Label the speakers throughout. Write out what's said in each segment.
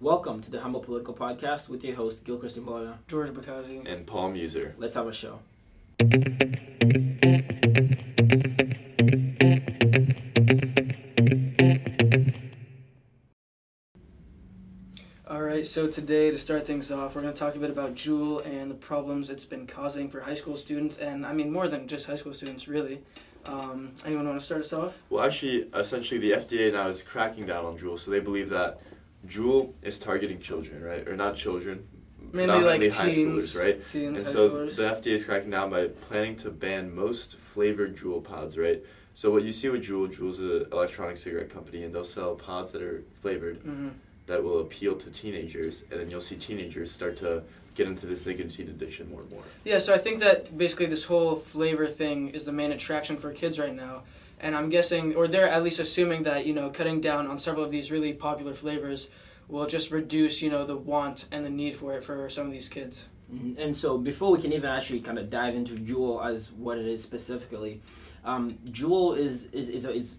Speaker 1: Welcome to the Humble Political Podcast with your host, Gil Christian Boyer.
Speaker 2: George Bakazi.
Speaker 3: and Paul Muser.
Speaker 1: Let's have a show.
Speaker 2: All right, so today to start things off, we're going to talk a bit about Juul and the problems it's been causing for high school students, and I mean more than just high school students, really. Um, anyone want to start us off?
Speaker 3: Well, actually, essentially, the FDA now is cracking down on Juul, so they believe that Juul is targeting children, right? Or not children,
Speaker 2: Mainly like
Speaker 3: predominantly
Speaker 2: teens,
Speaker 3: high schoolers, right?
Speaker 2: Teens,
Speaker 3: and
Speaker 2: high
Speaker 3: so
Speaker 2: schoolers.
Speaker 3: the FDA is cracking down by planning to ban most flavored Juul pods, right? So what you see with Juul, Juul's an electronic cigarette company, and they'll sell pods that are flavored
Speaker 2: hmm
Speaker 3: that will appeal to teenagers, and then you'll see teenagers start to get into this nicotine addiction more and more.
Speaker 2: Yeah, so I think that basically this whole flavor thing is the main attraction for kids right now. And I'm guessing, or they're at least assuming that, you know, cutting down on several of these really popular flavors will just reduce, you know, the want and the need for it for some of these kids.
Speaker 1: Mhm. And so, before we can even actually kind of dive into Juul as what it is specifically, um, Juul is is is, a, is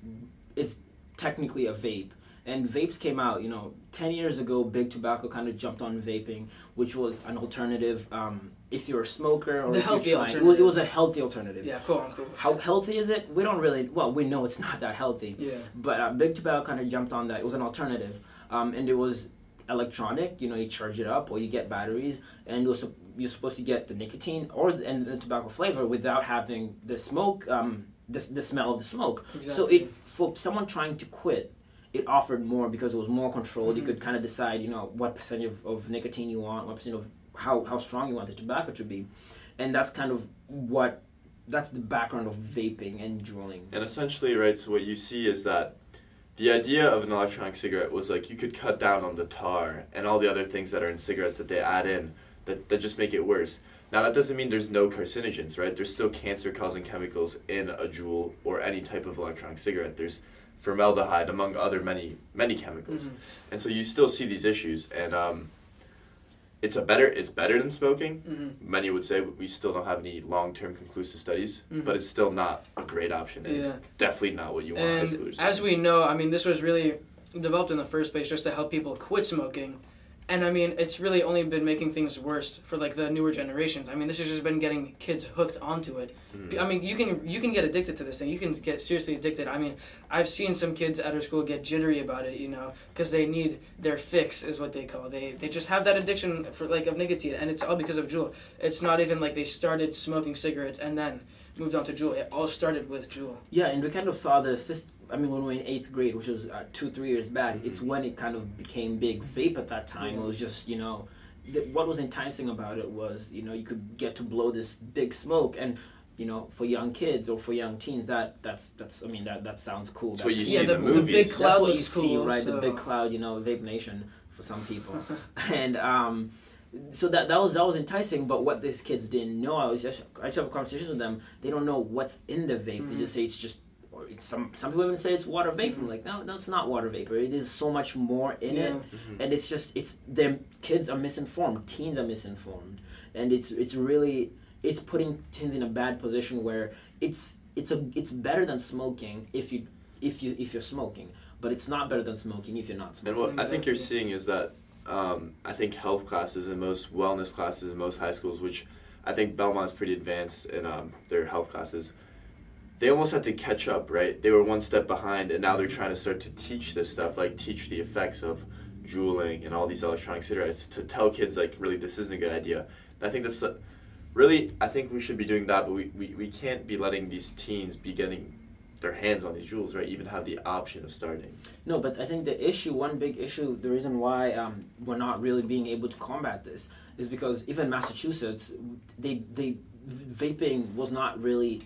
Speaker 1: is technically a vape. And vapes came out, you know, ten years ago. Big tobacco kind of jumped on vaping, which was an alternative. Um, if you're a smoker or
Speaker 2: The
Speaker 1: if you're
Speaker 2: healthy
Speaker 1: trying, it was-
Speaker 2: alternative.
Speaker 1: it was a healthy alternative.
Speaker 2: Yeah, cool, cool.
Speaker 1: How healthy is it? We don't really. Well, we know it's not that healthy.
Speaker 2: Yeah.
Speaker 1: But uh, Big Tobacco kind of jumped on that. It was an alternative, um, and it was electronic. You know, you charge it up, or you get batteries, and you're, sup- you're supposed to get the nicotine or and the tobacco flavor without having the smoke, um, the the smell of the smoke. So
Speaker 2: Exactly.
Speaker 1: it for someone trying to quit, it offered more because it was more controlled. You
Speaker 2: Mhm.
Speaker 1: could kind of decide, you know, what percentage of, of nicotine you want, what percent of how how strong you want the tobacco to be, and that's kind of what that's the background of vaping and drooling.
Speaker 3: And essentially, right, so what you see is that the idea of an electronic cigarette was like you could cut down on the tar and all the other things that are in cigarettes that they add in that, that just make it worse. Now, that doesn't mean there's no carcinogens, right? There's still cancer causing chemicals in a Juul or any type of electronic cigarette. There's formaldehyde, among other many, many chemicals.
Speaker 2: Mhm.
Speaker 3: And so you still see these issues. And um, it's, a better, it's better than smoking
Speaker 2: hmm
Speaker 3: many would say we still don't have any long-term conclusive studies,
Speaker 2: Mhm.
Speaker 3: but it's still not a great option. And It's
Speaker 2: Yeah.
Speaker 3: definitely not what you want. high
Speaker 2: And
Speaker 3: schoolers to
Speaker 2: as
Speaker 3: do.
Speaker 2: we know, I mean, this was really developed in the first place just to help people quit smoking. And I mean, it's really only been making things worse for like the newer generations. I mean, this has just been getting kids hooked onto it.
Speaker 3: Mhm.
Speaker 2: I mean, you can you can get addicted to this thing. You can get seriously addicted. I mean, I've seen some kids at our school get jittery about it, you know, because they need their fix, is what they call. It. They they just have that addiction for like of nicotine, and it's all because of Juul. It's not even like they started smoking cigarettes and then moved on to Juul. It all started with Juul.
Speaker 1: Yeah, and we kind of saw this. this I mean, when we were in eighth grade, which was uh, two, three years back,
Speaker 3: Mm-hmm.
Speaker 1: it's when it kind of became big. Vape at that time, it was just, you know, th- what was enticing about it was, you know, you could get to blow this big smoke. And, you know, for young kids or for young teens, that that's, that's I mean, that, that sounds cool.
Speaker 3: That's what you
Speaker 1: That's-
Speaker 3: see
Speaker 2: Yeah,
Speaker 3: in
Speaker 2: the-
Speaker 3: the,
Speaker 2: the
Speaker 3: movies.
Speaker 2: big cloud-
Speaker 1: That's what you
Speaker 2: looks
Speaker 1: see,
Speaker 2: cool,
Speaker 1: right? The big
Speaker 2: so-
Speaker 1: cloud, you know, vape nation for some people, and um, so that that was that was enticing. But what these kids didn't know, I was just I used to have conversations with them. They don't know what's in the vape. They
Speaker 2: Mhm.
Speaker 1: just say it's just. Or it's some some people even say it's water vapor. I'm like, no, no, it's not water vapor. It is so much more in
Speaker 2: Yeah.
Speaker 1: it, and it's just it's them kids are misinformed, teens are misinformed, and it's it's really it's putting teens in a bad position where it's it's a it's better than smoking if you if you if you're smoking, but it's not better than smoking if you're not smoking.
Speaker 3: And what I think you're
Speaker 2: Exactly.
Speaker 3: seeing is that um, I think health classes and most wellness classes in most high schools, which I think Belmont's pretty advanced in um, their health classes, they almost had to catch up, right? They were one step behind, and now they're trying to start to teach this stuff, like teach the effects of juuling and all these electronic cigarettes to tell kids, like, really, this isn't a good idea. And I think that's uh, really, I think we should be doing that, but we, we, we can't be letting these teens be getting their hands on these jewels, right? Even have the option of starting.
Speaker 1: No, but I think the issue, one big issue, the reason why um, we're not really being able to combat this is because even Massachusetts, they they vaping was not really,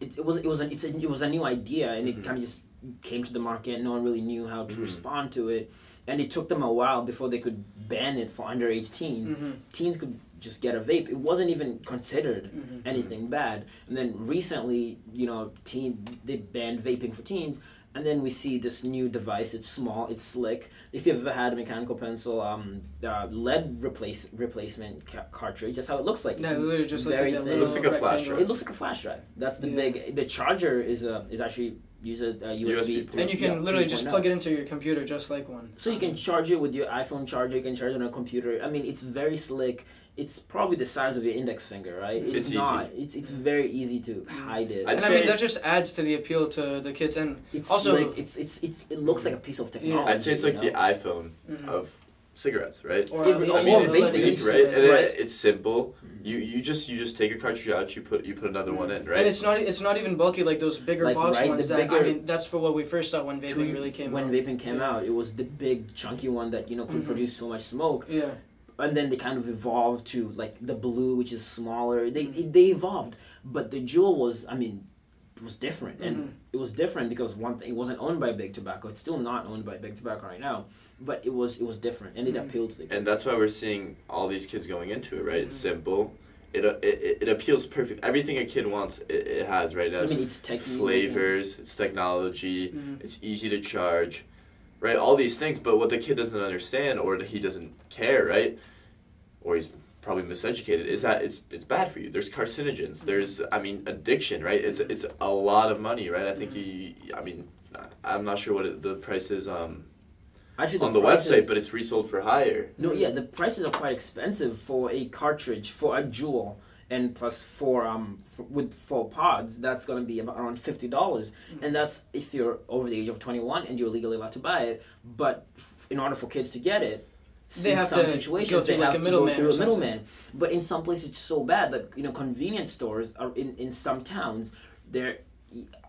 Speaker 1: it, it was it was an, it's a, it was a new idea and it
Speaker 3: Mhm.
Speaker 1: kind of just came to the market. No one really knew how to
Speaker 3: Mhm.
Speaker 1: respond to it, and it took them a while before they could ban it for underage teens.
Speaker 2: Mhm.
Speaker 1: Teens could just get a vape. It wasn't even considered
Speaker 2: Mhm.
Speaker 1: anything bad. And then recently, you know, teen they banned vaping for teens. And then we see this new device. It's small. It's slick. If you've ever had a mechanical pencil, um, uh, lead replace replacement ca- cartridge. That's how it looks like. It's
Speaker 2: No, it literally just looks
Speaker 1: very
Speaker 2: like that
Speaker 1: thin.
Speaker 3: It looks like a flash
Speaker 2: rectangle.
Speaker 3: drive.
Speaker 1: It looks like a flash drive. That's the
Speaker 2: Yeah.
Speaker 1: big. The charger is a is actually use a, a USB.
Speaker 3: USB
Speaker 1: three-
Speaker 2: and you can
Speaker 1: yeah,
Speaker 2: literally just
Speaker 1: 3.0.
Speaker 2: plug it into your computer just like one.
Speaker 1: So you can charge it with your iPhone charger. You can charge it on a computer. I mean, it's very slick. It's probably the size of your index finger, right? It's,
Speaker 3: It's easy.
Speaker 1: not. It's it's very easy to hide it.
Speaker 3: Mm-hmm. I'd
Speaker 2: and I
Speaker 3: say-
Speaker 2: mean that just adds to the appeal to the kids and
Speaker 1: it's
Speaker 2: also-
Speaker 1: slick. It's, it's it's it looks like a piece of technology.
Speaker 3: I'd say it's like
Speaker 1: you
Speaker 3: the
Speaker 1: know?
Speaker 3: iPhone
Speaker 2: Mhm.
Speaker 1: Mm-hmm.
Speaker 3: of cigarettes, right?
Speaker 2: or
Speaker 1: Yeah,
Speaker 2: the
Speaker 1: but
Speaker 3: I mean,
Speaker 1: Or
Speaker 3: it's
Speaker 1: vaping.
Speaker 3: sleek,
Speaker 1: It's
Speaker 3: Oh. right?
Speaker 1: like-
Speaker 3: And then
Speaker 1: Right.
Speaker 3: it's simple. You you just you just take a cartridge out, you put you put another one
Speaker 1: Mm-hmm.
Speaker 3: in,
Speaker 2: And
Speaker 3: right?
Speaker 2: it's not it's not even bulky like those bigger
Speaker 1: Like,
Speaker 2: box
Speaker 1: right,
Speaker 2: ones
Speaker 1: the
Speaker 2: that I
Speaker 1: bigger-
Speaker 2: mean that's for what we first saw when vaping
Speaker 1: Two-
Speaker 2: really came
Speaker 1: when
Speaker 2: out.
Speaker 1: vaping came
Speaker 2: Yeah.
Speaker 1: out, it was the big chunky one that you know could
Speaker 2: Mhm.
Speaker 1: produce so much smoke,
Speaker 2: yeah.
Speaker 1: and then they kind of evolved to like the blue, which is smaller. They they evolved, but the jewel was, I mean, it was different, and
Speaker 2: Mhm.
Speaker 1: it was different because one thing it wasn't owned by big tobacco. It's still not owned by big tobacco right now, but it was it was different, and it
Speaker 2: Mhm.
Speaker 1: appealed to the.
Speaker 3: and that's why we're seeing all these kids going into it, right? It's
Speaker 1: Mm-hmm.
Speaker 2: Mhm.
Speaker 3: simple. It, it it it appeals perfect. Everything a kid wants, it, it has, right? It
Speaker 1: I
Speaker 3: has
Speaker 1: mean, it's technique.
Speaker 3: flavors, it's technology,
Speaker 2: Mhm.
Speaker 3: it's easy to charge, right? All these things. But what the kid doesn't understand, or he doesn't care, right? Or he's probably miseducated. Is that it's it's bad for you? There's carcinogens. There's I mean addiction, right? It's it's a lot of money, right? I think you. I mean, I- I'm not sure what it, the price is um
Speaker 1: Actually,
Speaker 3: on the
Speaker 1: prices-
Speaker 3: website, but it's resold for higher.
Speaker 1: No, yeah, the prices are quite expensive for a cartridge for a jewel, and plus for um f with four pods, that's gonna be about around fifty dollars,
Speaker 2: Mm-hmm.
Speaker 1: and that's if you're over the age of twenty one and you're legally allowed to buy it. But f- in order for kids to get it, s-
Speaker 2: They
Speaker 1: in
Speaker 2: have
Speaker 1: some
Speaker 2: to go
Speaker 1: situations
Speaker 2: through
Speaker 1: they
Speaker 2: like
Speaker 1: have
Speaker 2: a
Speaker 1: to go
Speaker 2: middleman
Speaker 1: through
Speaker 2: or
Speaker 1: a
Speaker 2: something.
Speaker 1: middleman. But in some places, it's so bad that you know convenience stores are in in some towns they're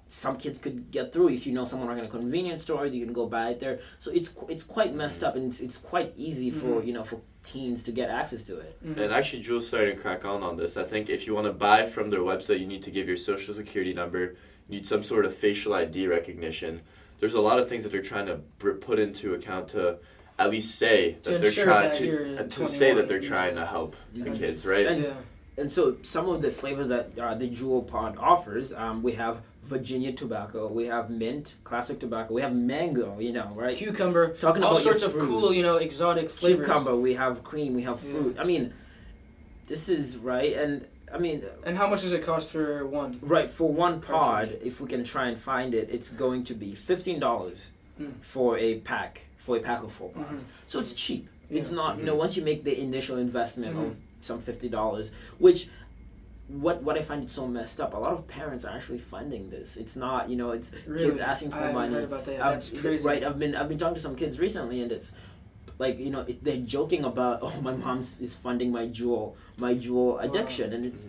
Speaker 1: some kids could get through if you know someone at a convenience store you can go buy it there so it's qu- it's quite
Speaker 2: Mm-hmm.
Speaker 1: messed up and it's, it's quite easy for you know for teens to get access to it
Speaker 2: Mhm.
Speaker 3: And actually, Jules started to crack on on this. I think if you want to buy from their website, you need to give your social security number, you need some sort of facial ID recognition. There's a lot of things that they're trying to br- put into account to at least say that
Speaker 2: To
Speaker 3: they're
Speaker 2: ensure
Speaker 3: trying
Speaker 2: that
Speaker 3: to
Speaker 2: you're Mm-hmm.
Speaker 3: uh, to say that
Speaker 2: 21
Speaker 3: they're
Speaker 2: and
Speaker 3: trying to help the
Speaker 1: Mhm.
Speaker 3: kids, right?
Speaker 1: And-
Speaker 2: yeah.
Speaker 1: and so some of the flavors that uh, the jewel pod offers um, we have virginia tobacco we have mint classic tobacco we have mango you know right
Speaker 2: Cucumber,
Speaker 1: talking
Speaker 2: all
Speaker 1: about your
Speaker 2: sorts of
Speaker 1: fruit,
Speaker 2: cool, you know, exotic flavors.
Speaker 1: cucumber we have cream we have
Speaker 2: Yeah.
Speaker 1: fruit i mean this is right and i mean
Speaker 2: And how much does it cost for one?
Speaker 1: Right, for one pod,
Speaker 2: Cartridge.
Speaker 1: if we can try and find it, it's going to be fifteen dollars
Speaker 2: Mm.
Speaker 1: for a pack for a pack of four
Speaker 2: Mm-hmm.
Speaker 1: pods. So it's cheap. It's
Speaker 2: Yeah.
Speaker 1: not you know once you make the initial investment
Speaker 2: Mhm.
Speaker 1: of some fifty dollars, which what what I find it so messed up. A lot of parents are actually funding this. It's not you know it's
Speaker 2: Really?
Speaker 1: kids asking
Speaker 2: I
Speaker 1: for
Speaker 2: haven't
Speaker 1: money.
Speaker 2: heard about that.
Speaker 1: I've-
Speaker 2: That's crazy.
Speaker 1: Right, I've been I've been talking to some kids recently, and it's like you know it, they're joking about oh my mom is funding my jewel my jewel addiction, and it's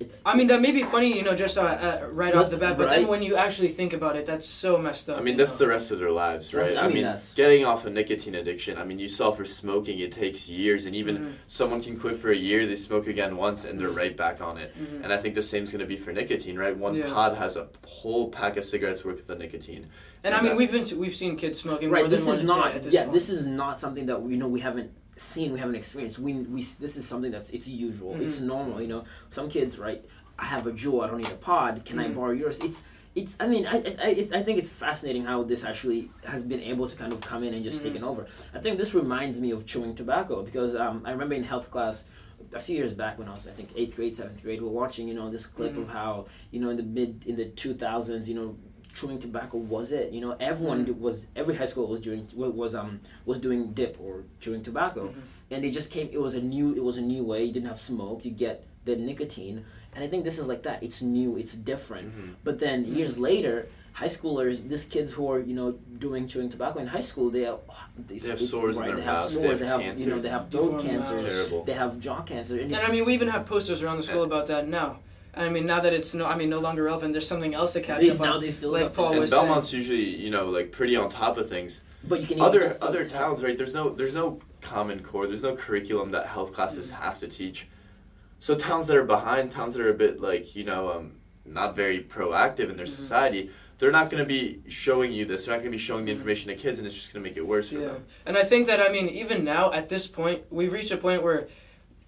Speaker 1: it's
Speaker 2: I mean, that may be funny, you know, just uh, uh, right off
Speaker 1: That's
Speaker 2: the bat, but
Speaker 1: right.
Speaker 2: then when you actually think about it, that's so messed up.
Speaker 3: I mean,
Speaker 2: you
Speaker 3: that's
Speaker 2: know?
Speaker 3: the rest of their lives, right?
Speaker 1: That's- I mean, that's-
Speaker 3: getting off a nicotine addiction. I mean, you saw for smoking, it takes years, and even
Speaker 2: Mhm.
Speaker 3: someone can quit for a year, they smoke again once, and they're right back on it.
Speaker 2: Mhm.
Speaker 3: And I think the same's going to be for nicotine, right? One
Speaker 2: Yeah.
Speaker 3: pod has a whole pack of cigarettes worth of the nicotine.
Speaker 2: And I mean,
Speaker 3: that-
Speaker 2: we've been we've seen kids smoking.
Speaker 1: right
Speaker 2: more
Speaker 1: this
Speaker 2: than
Speaker 1: is
Speaker 2: one
Speaker 1: not
Speaker 2: Day at this
Speaker 1: yeah
Speaker 2: point.
Speaker 1: this is not something that you know we haven't seen we haven't experienced we, we this is something that's it's usual
Speaker 2: Mm-hmm.
Speaker 1: it's normal you know some kids right i have a jewel i don't need a pod can i
Speaker 2: Mhm.
Speaker 1: borrow yours it's it's i mean i I, I- it's, I think it's fascinating how this actually has been able to kind of come in and just
Speaker 2: Mm-hmm.
Speaker 1: taken over i think this reminds me of chewing tobacco because um, i remember in health class a few years back when I was, I think, eighth grade, seventh grade, we're watching, you know, this clip
Speaker 2: Mm-hmm.
Speaker 1: of how, you know, in the mid, in the 2000s, you know, chewing tobacco was it. You know, everyone d
Speaker 2: Mm-hmm.
Speaker 1: was, every high school was doing, wa- was, um, was doing dip or chewing tobacco.
Speaker 2: Mm-hmm.
Speaker 1: And they just came, it was a new, it was a new way. You didn't have smoke, you get the nicotine. And I think this is like that. It's new, it's different. But then
Speaker 2: Mm-hmm.
Speaker 1: years later, high schoolers, these kids who are, you know, doing chewing tobacco in high school, they, are, it's-
Speaker 3: have
Speaker 1: it's-
Speaker 3: sores in
Speaker 1: right,
Speaker 3: their
Speaker 1: they have
Speaker 3: mouths, they
Speaker 1: sores,
Speaker 3: have
Speaker 1: they have, you know,
Speaker 3: cancers.
Speaker 1: they have throat
Speaker 2: Deformed
Speaker 1: cancers.
Speaker 2: mouths.
Speaker 3: Terrible.
Speaker 1: They have jaw cancer. And,
Speaker 2: And
Speaker 1: it's-
Speaker 2: I mean, we even have posters around the school about that now. And I mean, now that it's no, I mean, no longer relevant. There's something else to catch
Speaker 1: These
Speaker 2: up on.
Speaker 1: now they still
Speaker 2: like
Speaker 1: have-
Speaker 2: Paul
Speaker 3: and
Speaker 2: was
Speaker 3: Belmont's usually, you know, like pretty on top of things.
Speaker 1: But you can
Speaker 3: Other
Speaker 1: even still
Speaker 3: other
Speaker 1: tell.
Speaker 3: towns, right? There's no there's no common core. There's no curriculum that health classes
Speaker 2: Mm.
Speaker 3: have to teach. So towns that are behind, towns that are a bit like you know, um, not very proactive in their
Speaker 2: Mm-hmm.
Speaker 3: society, they're not going to be showing you this. They're not going to be showing the information to kids, and it's just going to make it worse for
Speaker 2: saying. Mm-hmm. Yeah.
Speaker 3: them.
Speaker 2: And I think that I mean, even now at this point, we've reached a point where.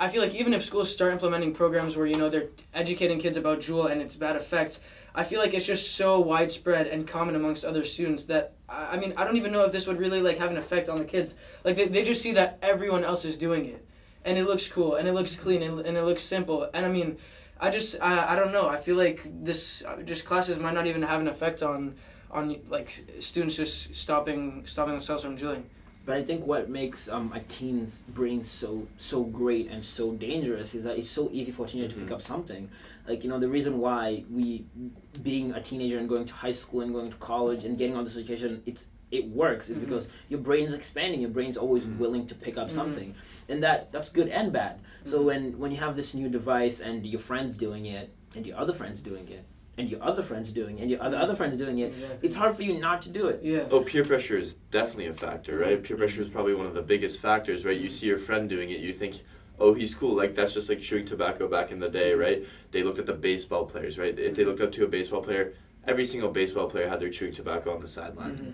Speaker 2: I feel like even if schools start implementing programs where you know they're educating kids about Juul and its bad effects, I feel like it's just so widespread and common amongst other students that I I mean I don't even know if this would really like have an effect on the kids. Like they, they just see that everyone else is doing it, and it looks cool and it looks clean and, and it looks simple. And I mean, I just I, I don't know. I feel like this uh, just classes might not even have an effect on on like s- students just stopping stopping themselves from doing.
Speaker 1: But I think what makes um, a teen's brain so so great and so dangerous is that it's so easy for a teenager to pick
Speaker 3: Mhm.
Speaker 1: up something. Like you know, the reason why we, being a teenager and going to high school and going to college and getting all this education, it's it works is
Speaker 2: Mhm.
Speaker 1: because your brain's expanding. Your brain's always
Speaker 3: Mhm.
Speaker 1: willing to pick up
Speaker 2: Mhm.
Speaker 1: something, and that that's good and bad. So
Speaker 2: Mhm.
Speaker 1: when when you have this new device and your friends doing it and your other friends doing it and your other friends doing it and your other other friends doing it,
Speaker 2: Exactly.
Speaker 1: it's hard for you not to do it.
Speaker 2: yeah.
Speaker 3: Oh, peer pressure is definitely a factor,
Speaker 1: Mm-hmm.
Speaker 3: right? Peer pressure is probably one of the biggest factors, right? You see your friend doing it, you think, oh, he's cool. Like, that's just like chewing tobacco back in the day, right? They looked at the baseball players, right? If
Speaker 1: Mm-hmm.
Speaker 3: they looked up to a baseball player, every single baseball player had their chewing tobacco on the sideline.
Speaker 1: Mm-hmm.
Speaker 2: Mhm.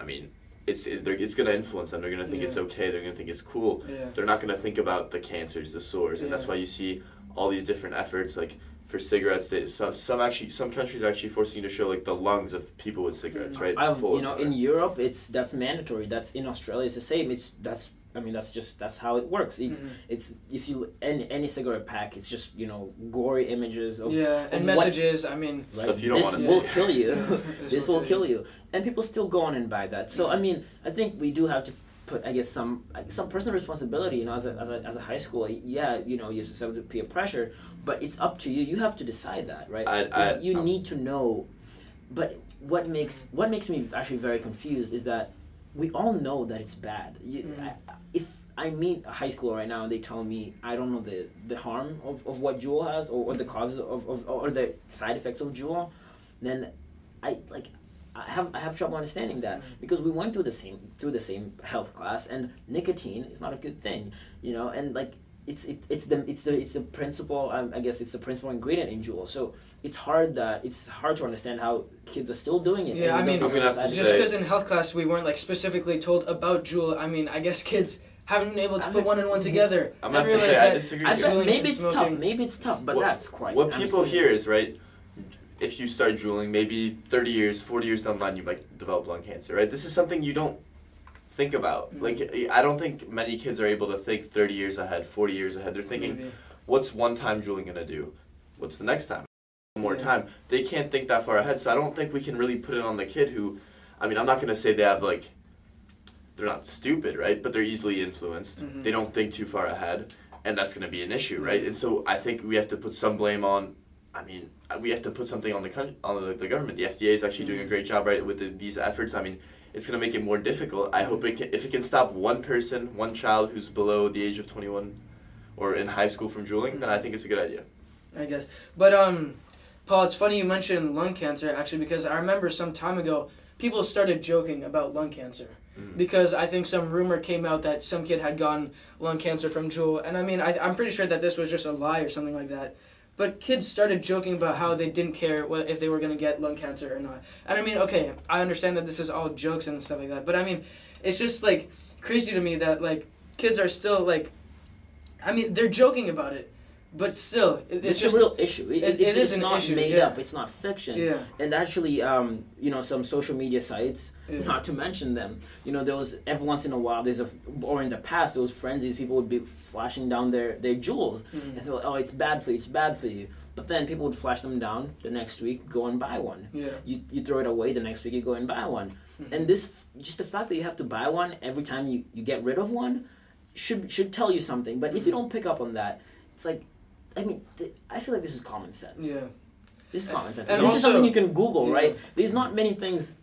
Speaker 3: I mean, it's, it's, they're- it's going to influence them. They're going to think it's
Speaker 2: Yeah.
Speaker 3: okay, they're going to think it's cool.
Speaker 2: Yeah.
Speaker 3: they're not going to think about the cancers, the sores, and that's
Speaker 2: Yeah.
Speaker 3: why you see all these different efforts like for cigarettes. They, some some actually some countries are actually forcing to show like the lungs of people with cigarettes, right?
Speaker 1: Mm-hmm. I've,
Speaker 3: Full
Speaker 1: you know,
Speaker 3: of
Speaker 1: in
Speaker 3: tobacco.
Speaker 1: Europe, it's that's mandatory. That's in Australia, it's the same. It's that's. I mean, that's just that's how it works. It's
Speaker 2: Mhm.
Speaker 1: it's if you any any cigarette pack, it's just you know gory images of.
Speaker 2: yeah, and
Speaker 1: of what-
Speaker 2: messages. I mean,
Speaker 1: Like,
Speaker 3: Stuff you don't
Speaker 1: this
Speaker 3: wanna
Speaker 1: will
Speaker 3: see.
Speaker 1: kill you.
Speaker 2: This
Speaker 1: this will kill you, and people still go on and buy that. So I
Speaker 2: Mhm.
Speaker 1: mean, I think we do have to put, I guess, some like, some personal responsibility. You know, as a, as a as a high school, yeah, you know, you're susceptible to peer pressure, but it's up to you. You have to decide that, right?
Speaker 3: I- I-
Speaker 1: you
Speaker 3: um,
Speaker 1: need to know. But what makes what makes me actually very confused is that we all know that it's bad. You,
Speaker 2: Mhm.
Speaker 1: I, if I meet a high schooler right now and they tell me I don't know the, the harm of, of what Juul has or, or the causes of, of or the side effects of Juul, then I like I have I have trouble understanding
Speaker 2: Mm.
Speaker 1: that because we went through the same through the same health class and nicotine is not a good thing, you know, and like it's it, it's the it's the it's the principal um, I guess it's the principal ingredient in Juul. So it's hard that it's hard to understand how kids are still doing it.
Speaker 2: Yeah,
Speaker 1: and
Speaker 2: I
Speaker 1: they don't
Speaker 2: mean-
Speaker 1: know
Speaker 2: I'm
Speaker 3: gonna
Speaker 1: the
Speaker 3: have to
Speaker 1: side
Speaker 2: Just
Speaker 3: say-
Speaker 2: because in health class we weren't like specifically told about Juul. I mean, I guess kids haven't been able to
Speaker 1: I'm
Speaker 2: put
Speaker 1: not-
Speaker 2: one and one together.
Speaker 3: I'm gonna have to
Speaker 2: realized
Speaker 3: say I
Speaker 2: that
Speaker 3: disagree.
Speaker 1: I
Speaker 3: with you.
Speaker 1: bet
Speaker 2: Juuling
Speaker 1: mm-hmm. maybe
Speaker 2: and
Speaker 1: it's tough.
Speaker 2: smoking-
Speaker 1: Maybe it's tough, but
Speaker 3: What-
Speaker 1: that's quite.
Speaker 3: what
Speaker 1: I mean,
Speaker 3: people hear is right. If you start drooling, maybe thirty years, forty years down the line, you might develop lung cancer, right? This is something you don't think about.
Speaker 2: Mm.
Speaker 3: Like I don't think many kids are able to think thirty years ahead, forty years ahead. They're thinking,
Speaker 2: Maybe.
Speaker 3: what's one time drooling gonna do? What's the next time? One more
Speaker 2: Yeah.
Speaker 3: time. They can't think that far ahead, so I don't think we can really put it on the kid who, I mean, I'm not gonna say they have like, they're not stupid, right? But they're easily influenced.
Speaker 2: Mhm.
Speaker 3: They don't think too far ahead, and that's gonna be an issue, right? And so I think we have to put some blame on. I mean, uh, we have to put something on the coun- on the, the government. The FDA is actually doing a
Speaker 2: Mhm.
Speaker 3: great job, right, with the, these efforts. I mean, it's gonna make it more difficult. I hope it can, if it can stop one person, one child who's below the age of 21 or in high school from drooling, then I think it's a good idea.
Speaker 2: I guess. But um, Paul, it's funny you mentioned lung cancer actually because I remember some time ago people started joking about lung cancer
Speaker 3: Mhm.
Speaker 2: because I think some rumor came out that some kid had gotten lung cancer from Juul, and I mean I, I'm pretty sure that this was just a lie or something like that. But kids started joking about how they didn't care what, if they were going to get lung cancer or not. And I mean, okay, I understand that this is all jokes and stuff like that, but I mean, it's just like crazy to me that like kids are still like, I mean, they're joking about it, but still, it- it's,
Speaker 1: It's,
Speaker 2: just
Speaker 1: a real issue. It, it's,
Speaker 2: it- it is
Speaker 1: it's
Speaker 2: an
Speaker 1: not
Speaker 2: issue,
Speaker 1: made
Speaker 2: yeah.
Speaker 1: up. It's not fiction.
Speaker 2: Yeah.
Speaker 1: And actually, um, you know, some social media sites,
Speaker 2: Yeah.
Speaker 1: not to mention them, you know, there was every once in a while, there's a, or in the past, there was frenzies. People would be flashing down their their jewels,
Speaker 2: Mm.
Speaker 1: and they're like, "Oh, it's bad for you. It's bad for you." But then people would flash them down the next week, go and buy one.
Speaker 2: Yeah.
Speaker 1: You, you throw it away the next week, you go and buy one.
Speaker 2: Hmm.
Speaker 1: And this, just the fact that you have to buy one every time you, you get rid of one, should should tell you something. But if
Speaker 2: Hmm.
Speaker 1: you don't pick up on that, it's like, I mean, th- I feel like this is common sense.
Speaker 2: Yeah.
Speaker 1: This is common sense.
Speaker 2: And
Speaker 1: this is
Speaker 2: also-
Speaker 1: something you can Google,
Speaker 2: Yeah.
Speaker 1: right? There's not many things.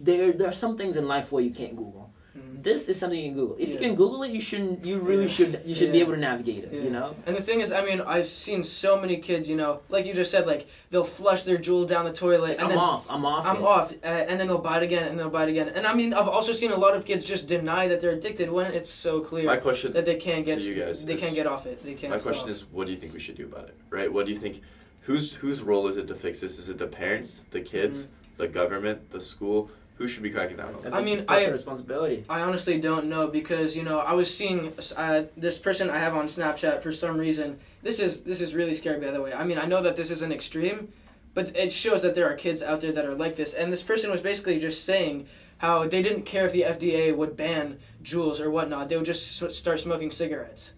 Speaker 1: There, there are some things in life where you can't Google. This is something you can Google. If you
Speaker 2: Hmm. Yeah.
Speaker 1: can Google it, you shouldn't. You really
Speaker 2: Yeah.
Speaker 1: should. You should be
Speaker 2: Yeah.
Speaker 1: able to navigate it.
Speaker 2: Yeah.
Speaker 1: You know.
Speaker 2: And the thing is, I mean, I've seen so many kids, you know, like you just said, like they'll flush their jewel down the toilet. and
Speaker 1: I'm
Speaker 2: then,
Speaker 1: off. I'm off.
Speaker 2: I'm
Speaker 1: it.
Speaker 2: off, uh, and then they'll buy it again, and they'll buy it again. And I mean, I've also seen a lot of kids just deny that they're addicted when it's so clear
Speaker 3: My question,
Speaker 2: that they can't
Speaker 3: to
Speaker 2: get
Speaker 3: you guys
Speaker 2: they
Speaker 3: is-
Speaker 2: can't get off it. They can't.
Speaker 3: my question is, what do you think we should do about it? Right? What do you think? Whose whose role is it to fix this? Is it the parents, the kids, the government, the school? Who should be cracking down on
Speaker 1: I,
Speaker 3: this?
Speaker 2: Mm-hmm. I mean,
Speaker 1: mean, it's personal
Speaker 2: I-
Speaker 1: responsibility.
Speaker 2: I honestly don't know because you know I was seeing uh, this person I have on Snapchat for some reason. This is this is really scary by the way. I mean I know that this is an extreme, but it shows that there are kids out there that are like this. And this person was basically just saying how they didn't care if the FDA would ban jewels or whatnot. They would just s- start smoking cigarettes.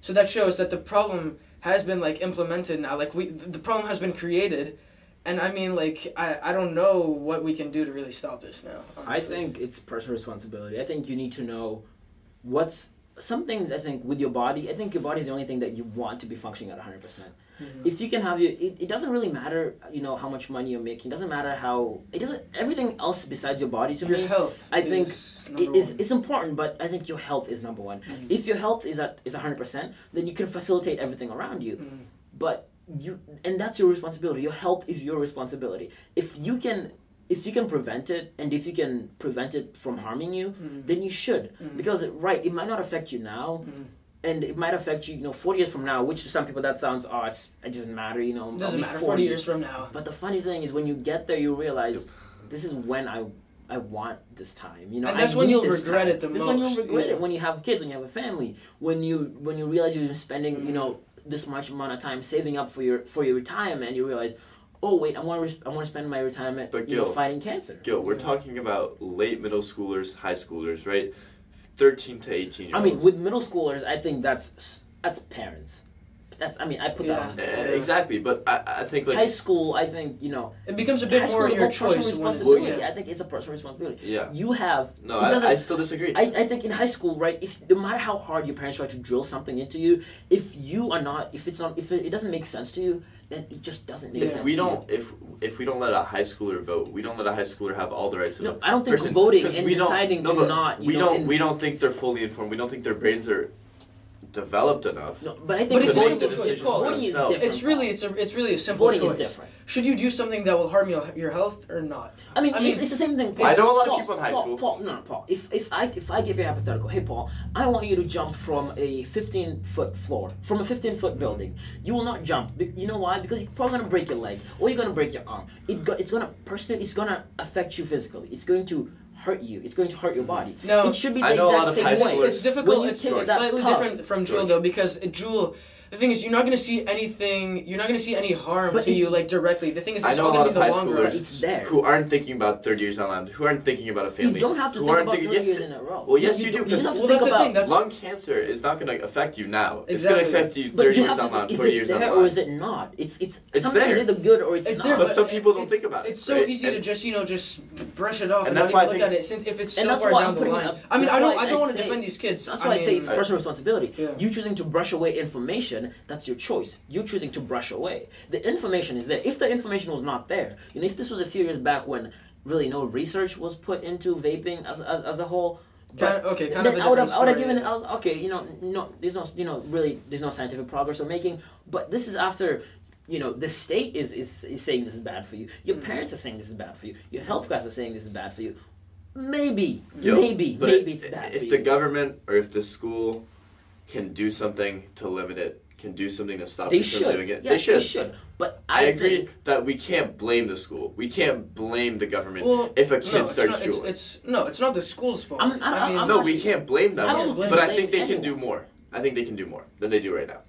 Speaker 2: So that shows that the problem has been like implemented now. Like we the problem has been created, And I mean, like, I, I don't know what we can do to really stop this now.
Speaker 1: I
Speaker 2: honestly.
Speaker 1: think it's personal responsibility. I think you need to know what's some things. I think with your body, I think your body is the only thing that you want to be functioning at one hundred percent.
Speaker 2: Mhm.
Speaker 1: If you can have your, it, it doesn't really matter. You know how much money you're making. It doesn't matter how. It doesn't everything else besides your body to
Speaker 2: your
Speaker 1: me.
Speaker 2: health.
Speaker 1: I think
Speaker 2: is
Speaker 1: i-
Speaker 2: number
Speaker 1: is
Speaker 2: one.
Speaker 1: it's important, but I think your health is number one.
Speaker 2: Mhm.
Speaker 1: If your health is at is hundred percent, then you can facilitate everything around you.
Speaker 2: Mhm.
Speaker 1: But you and that's your responsibility. Your health is your responsibility. If you can if you can prevent it and if you can prevent it from harming you,
Speaker 2: Mhm.
Speaker 1: then you should.
Speaker 2: Mhm.
Speaker 1: Because right, it might not affect you now
Speaker 2: Mhm.
Speaker 1: and it might affect you, you know, forty years from now, which to some people that sounds oh it's it doesn't matter, you know, I'll
Speaker 2: doesn't
Speaker 1: be
Speaker 2: matter. Forty years from now.
Speaker 1: But the funny thing is when you get there you realize this is when I I want this time, you know.
Speaker 2: And
Speaker 1: I
Speaker 2: that's when
Speaker 1: need
Speaker 2: you'll
Speaker 1: this
Speaker 2: regret
Speaker 1: time.
Speaker 2: it the
Speaker 1: This is when you'll
Speaker 2: most,
Speaker 1: regret
Speaker 2: yeah.
Speaker 1: it when you have kids, when you have a family, when you when you realize you've been spending, you
Speaker 2: Mhm.
Speaker 1: know, this much amount of time saving up for your for your retirement. You realize, oh wait, I want to res- I want to spend my retirement,
Speaker 3: But
Speaker 1: you know,
Speaker 3: Gil-
Speaker 1: fighting cancer.
Speaker 3: Gil, we're
Speaker 2: Yeah.
Speaker 3: talking about late middle schoolers, high schoolers, right? 13 to 18 year
Speaker 1: I
Speaker 3: olds.
Speaker 1: mean, with middle schoolers, I think that's that's parents. That's I mean, I put that
Speaker 2: Yeah.
Speaker 1: on
Speaker 3: Eh,
Speaker 1: there.
Speaker 2: Yeah.
Speaker 3: Exactly, but I, I think like
Speaker 1: High school, I think you know.
Speaker 2: It becomes a bit
Speaker 1: high
Speaker 2: more
Speaker 1: school,
Speaker 2: your
Speaker 1: oh, personal
Speaker 2: choice. When it's,
Speaker 1: responsibility.
Speaker 2: yeah.
Speaker 1: I think it's a personal responsibility.
Speaker 3: yeah.
Speaker 1: You have
Speaker 3: No,
Speaker 1: It doesn't-
Speaker 3: I, I still disagree.
Speaker 1: I, I think in high school, right, if no matter how hard your parents try to drill something into you, if you are not, if it's not, if it, it doesn't make sense to you, then it just doesn't make
Speaker 2: Yeah.
Speaker 1: sense.
Speaker 3: we
Speaker 1: to
Speaker 3: don't if if we don't let a high schooler vote, we don't let a high schooler have all the rights to
Speaker 1: You. No,
Speaker 3: vote.
Speaker 1: I don't think
Speaker 3: Person-
Speaker 1: voting
Speaker 3: because
Speaker 1: and
Speaker 3: we don't-
Speaker 1: deciding
Speaker 3: no,
Speaker 1: to
Speaker 3: but
Speaker 1: not. You
Speaker 3: we
Speaker 1: know,
Speaker 3: don't
Speaker 1: and-
Speaker 3: we don't think they're fully informed. We don't think their brains are developed enough.
Speaker 1: No, but I think
Speaker 2: But
Speaker 3: it's a
Speaker 1: voting,
Speaker 3: simple
Speaker 1: is,
Speaker 3: choice.
Speaker 1: voting is
Speaker 3: Themselves.
Speaker 1: different.
Speaker 2: It's really it's a it's really a simple
Speaker 1: voting
Speaker 2: choice.
Speaker 1: is different.
Speaker 2: Should you do something that will harm your your health or not?
Speaker 1: I mean,
Speaker 2: I mean,
Speaker 1: it's, it's the same thing.
Speaker 3: I know a lot of
Speaker 1: Paul,
Speaker 3: people in high
Speaker 1: Paul,
Speaker 3: school.
Speaker 1: Paul, no, no, Paul. If if I if I give you a hypothetical, hey Paul, I want you to jump from a fifteen foot floor, from a fifteen
Speaker 3: Mm-hmm.
Speaker 1: foot building. You will not jump. Be- You know why? Because you're probably gonna break your leg or you're gonna break your arm. It go- it's gonna personally, it's gonna affect you physically. It's going to hurt you. It's going to hurt your body.
Speaker 2: No.
Speaker 1: it should be the
Speaker 3: I know a
Speaker 1: exact
Speaker 3: lot of
Speaker 1: same
Speaker 3: high
Speaker 1: way.
Speaker 2: It's,
Speaker 3: schoolers-
Speaker 2: it's difficult.
Speaker 1: When you
Speaker 2: It's,
Speaker 1: take
Speaker 2: it's
Speaker 1: that
Speaker 2: slightly
Speaker 1: puff-
Speaker 2: different from Jewel
Speaker 3: George.
Speaker 2: though because Jewel. The thing is, you're not gonna see anything. You're not gonna see any harm
Speaker 1: But
Speaker 2: to
Speaker 1: it-
Speaker 2: you like directly. The thing is,
Speaker 3: I
Speaker 2: it's
Speaker 3: know
Speaker 2: all
Speaker 3: a lot
Speaker 2: gonna
Speaker 3: of
Speaker 2: be the
Speaker 3: high
Speaker 2: longer
Speaker 1: but
Speaker 3: schoolers
Speaker 2: run.
Speaker 1: it's there.
Speaker 3: who aren't thinking about 30 years down the line, who aren't thinking about a
Speaker 1: You
Speaker 3: family.
Speaker 1: don't have to
Speaker 3: who
Speaker 1: think
Speaker 3: aren't
Speaker 1: about
Speaker 3: thinking,
Speaker 1: thirty
Speaker 3: yes,
Speaker 1: years in a row.
Speaker 3: well, yes, you do,
Speaker 1: You
Speaker 3: because-
Speaker 1: just have to
Speaker 2: Well,
Speaker 1: think
Speaker 2: that's the
Speaker 1: about.
Speaker 2: thing, that's-
Speaker 3: lung cancer is not going to affect you now. It's
Speaker 2: Exactly.
Speaker 3: going to affect you 30
Speaker 1: you
Speaker 3: years
Speaker 1: have
Speaker 3: down
Speaker 1: to-
Speaker 3: the line,
Speaker 1: is
Speaker 3: 40
Speaker 1: it
Speaker 3: years down the
Speaker 1: there
Speaker 3: line.
Speaker 1: or is it not? It's it's,
Speaker 3: It's
Speaker 1: sometimes
Speaker 3: there.
Speaker 1: either good or it's,
Speaker 2: It's
Speaker 1: not.
Speaker 2: there,
Speaker 3: But some
Speaker 2: it-
Speaker 3: people don't
Speaker 2: it's-
Speaker 3: think about it,
Speaker 2: It's so
Speaker 3: right?
Speaker 2: easy to
Speaker 3: And-
Speaker 2: just you know just brush it off and,
Speaker 3: And that's
Speaker 2: not
Speaker 3: why I
Speaker 2: even look
Speaker 3: think-
Speaker 2: at it since if it's
Speaker 1: And
Speaker 2: so
Speaker 1: that's
Speaker 2: far
Speaker 1: why
Speaker 2: down
Speaker 1: I'm
Speaker 2: the
Speaker 1: putting it
Speaker 2: line.
Speaker 1: up-
Speaker 2: I mean,
Speaker 1: that's
Speaker 2: I don't
Speaker 1: why
Speaker 2: I
Speaker 1: I
Speaker 2: don't want to
Speaker 1: say-
Speaker 2: defend these kids.
Speaker 1: So that's why I, say it's
Speaker 2: mean,
Speaker 1: personal responsibility.
Speaker 2: Yeah.
Speaker 1: You choosing to brush away information, that's your choice. You choosing to brush away. The information is there. If the information was not there, and if this was a few years back when really no research was put into vaping as, as, as a whole,
Speaker 2: Kind
Speaker 1: but
Speaker 2: okay, kind
Speaker 1: then
Speaker 2: of a
Speaker 1: I would have,
Speaker 2: different
Speaker 1: I would have
Speaker 2: story.
Speaker 1: given it. I was- Okay, you know, no, there's no, you know, really, there's no scientific progress we're making. But this is after, you know, the state is is, is saying this is bad for you. Your
Speaker 2: Mhm.
Speaker 1: parents are saying this is bad for you. Your health class is saying this is bad for you. Maybe,
Speaker 3: Yo,
Speaker 1: maybe,
Speaker 3: but
Speaker 1: maybe
Speaker 3: i-
Speaker 1: it's bad
Speaker 3: If
Speaker 1: for
Speaker 3: the
Speaker 1: you.
Speaker 3: government or if the school can do something to limit it, can do something to stop
Speaker 1: They
Speaker 3: you
Speaker 1: should.
Speaker 3: from doing it,
Speaker 1: Yeah,
Speaker 3: they should.
Speaker 1: But I,
Speaker 3: I agree
Speaker 1: Think,
Speaker 3: that we can't blame the school. We can't blame the government
Speaker 2: Well,
Speaker 3: if a
Speaker 2: no,
Speaker 3: kid
Speaker 2: it's
Speaker 3: starts
Speaker 2: not- it's-
Speaker 3: drooling.
Speaker 2: It's, no, it's not the school's fault.
Speaker 1: I'm- I'm-
Speaker 2: mean,
Speaker 1: I'm
Speaker 3: no,
Speaker 1: not-
Speaker 3: we can't blame them.
Speaker 1: I
Speaker 2: don't
Speaker 3: but I
Speaker 1: blame
Speaker 3: think they can do
Speaker 1: anyone.
Speaker 3: more. I think they can do more than they do right now.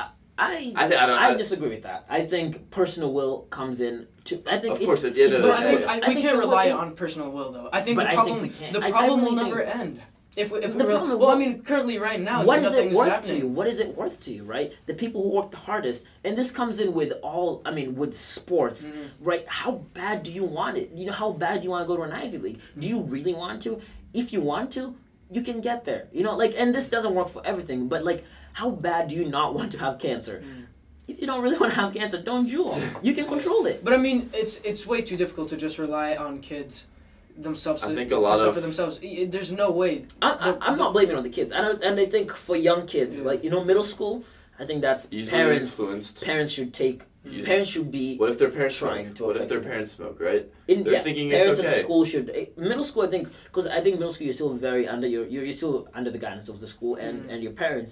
Speaker 1: I,
Speaker 3: I think- I don't-
Speaker 1: I
Speaker 3: I-
Speaker 1: disagree with that. I think personal will comes in to. I think
Speaker 3: Of
Speaker 1: it's,
Speaker 3: course, at the end
Speaker 1: it's
Speaker 3: of
Speaker 2: But
Speaker 3: the
Speaker 2: I
Speaker 3: day-
Speaker 2: think I,
Speaker 1: I
Speaker 2: we
Speaker 1: think
Speaker 2: can't
Speaker 1: you're
Speaker 2: rely
Speaker 1: looking-
Speaker 2: on personal will, though. I think
Speaker 1: But
Speaker 2: the
Speaker 1: I think
Speaker 2: problem
Speaker 1: we can't.
Speaker 2: the
Speaker 1: I- I
Speaker 2: problem will
Speaker 1: really
Speaker 2: never
Speaker 1: think-
Speaker 2: end. If we, if
Speaker 1: The
Speaker 2: we were,
Speaker 1: problem-
Speaker 2: well, I mean, currently right now,
Speaker 1: what is
Speaker 2: nothing
Speaker 1: it worth to
Speaker 2: happening.
Speaker 1: you? What is it worth to you, right? The people who work the hardest, and this comes in with all. I mean, with sports,
Speaker 2: Mm-hmm.
Speaker 1: right? How bad do you want it? You know, how bad do you want to go to an Ivy League? Do you
Speaker 2: Mm-hmm.
Speaker 1: really want to? If you want to, you can get there. You know, like, and this doesn't work for everything, but like, how bad do you not want to have cancer?
Speaker 2: Mm.
Speaker 1: If you don't really want to have cancer, don't jewel. You can control it.
Speaker 2: But I mean, it's it's way too difficult to just rely on kids themselves.
Speaker 3: I
Speaker 2: to-
Speaker 3: think
Speaker 2: to
Speaker 3: a lot
Speaker 2: stuff
Speaker 3: of-
Speaker 2: for themselves. I- I- There's no way.
Speaker 1: I, I, I'm not blaming on the kids. I don't, and I think for young kids,
Speaker 2: Yeah.
Speaker 1: like you know, middle school, I think that's
Speaker 3: Easily
Speaker 1: parents.
Speaker 3: influenced.
Speaker 1: Parents should take.
Speaker 3: Easily-
Speaker 1: Parents should be
Speaker 3: What if their parents
Speaker 1: Trying
Speaker 3: smoke?
Speaker 1: to
Speaker 3: What if
Speaker 1: affect
Speaker 3: their
Speaker 1: you.
Speaker 3: parents smoke? Right?
Speaker 1: in
Speaker 3: They're
Speaker 1: yeah,
Speaker 3: thinking it's
Speaker 1: parents
Speaker 3: okay.
Speaker 1: in school should eh, middle school I think because I think middle school you're still very under your you're, you're still under the guidance of the school and
Speaker 2: Mhm.
Speaker 1: and your parents.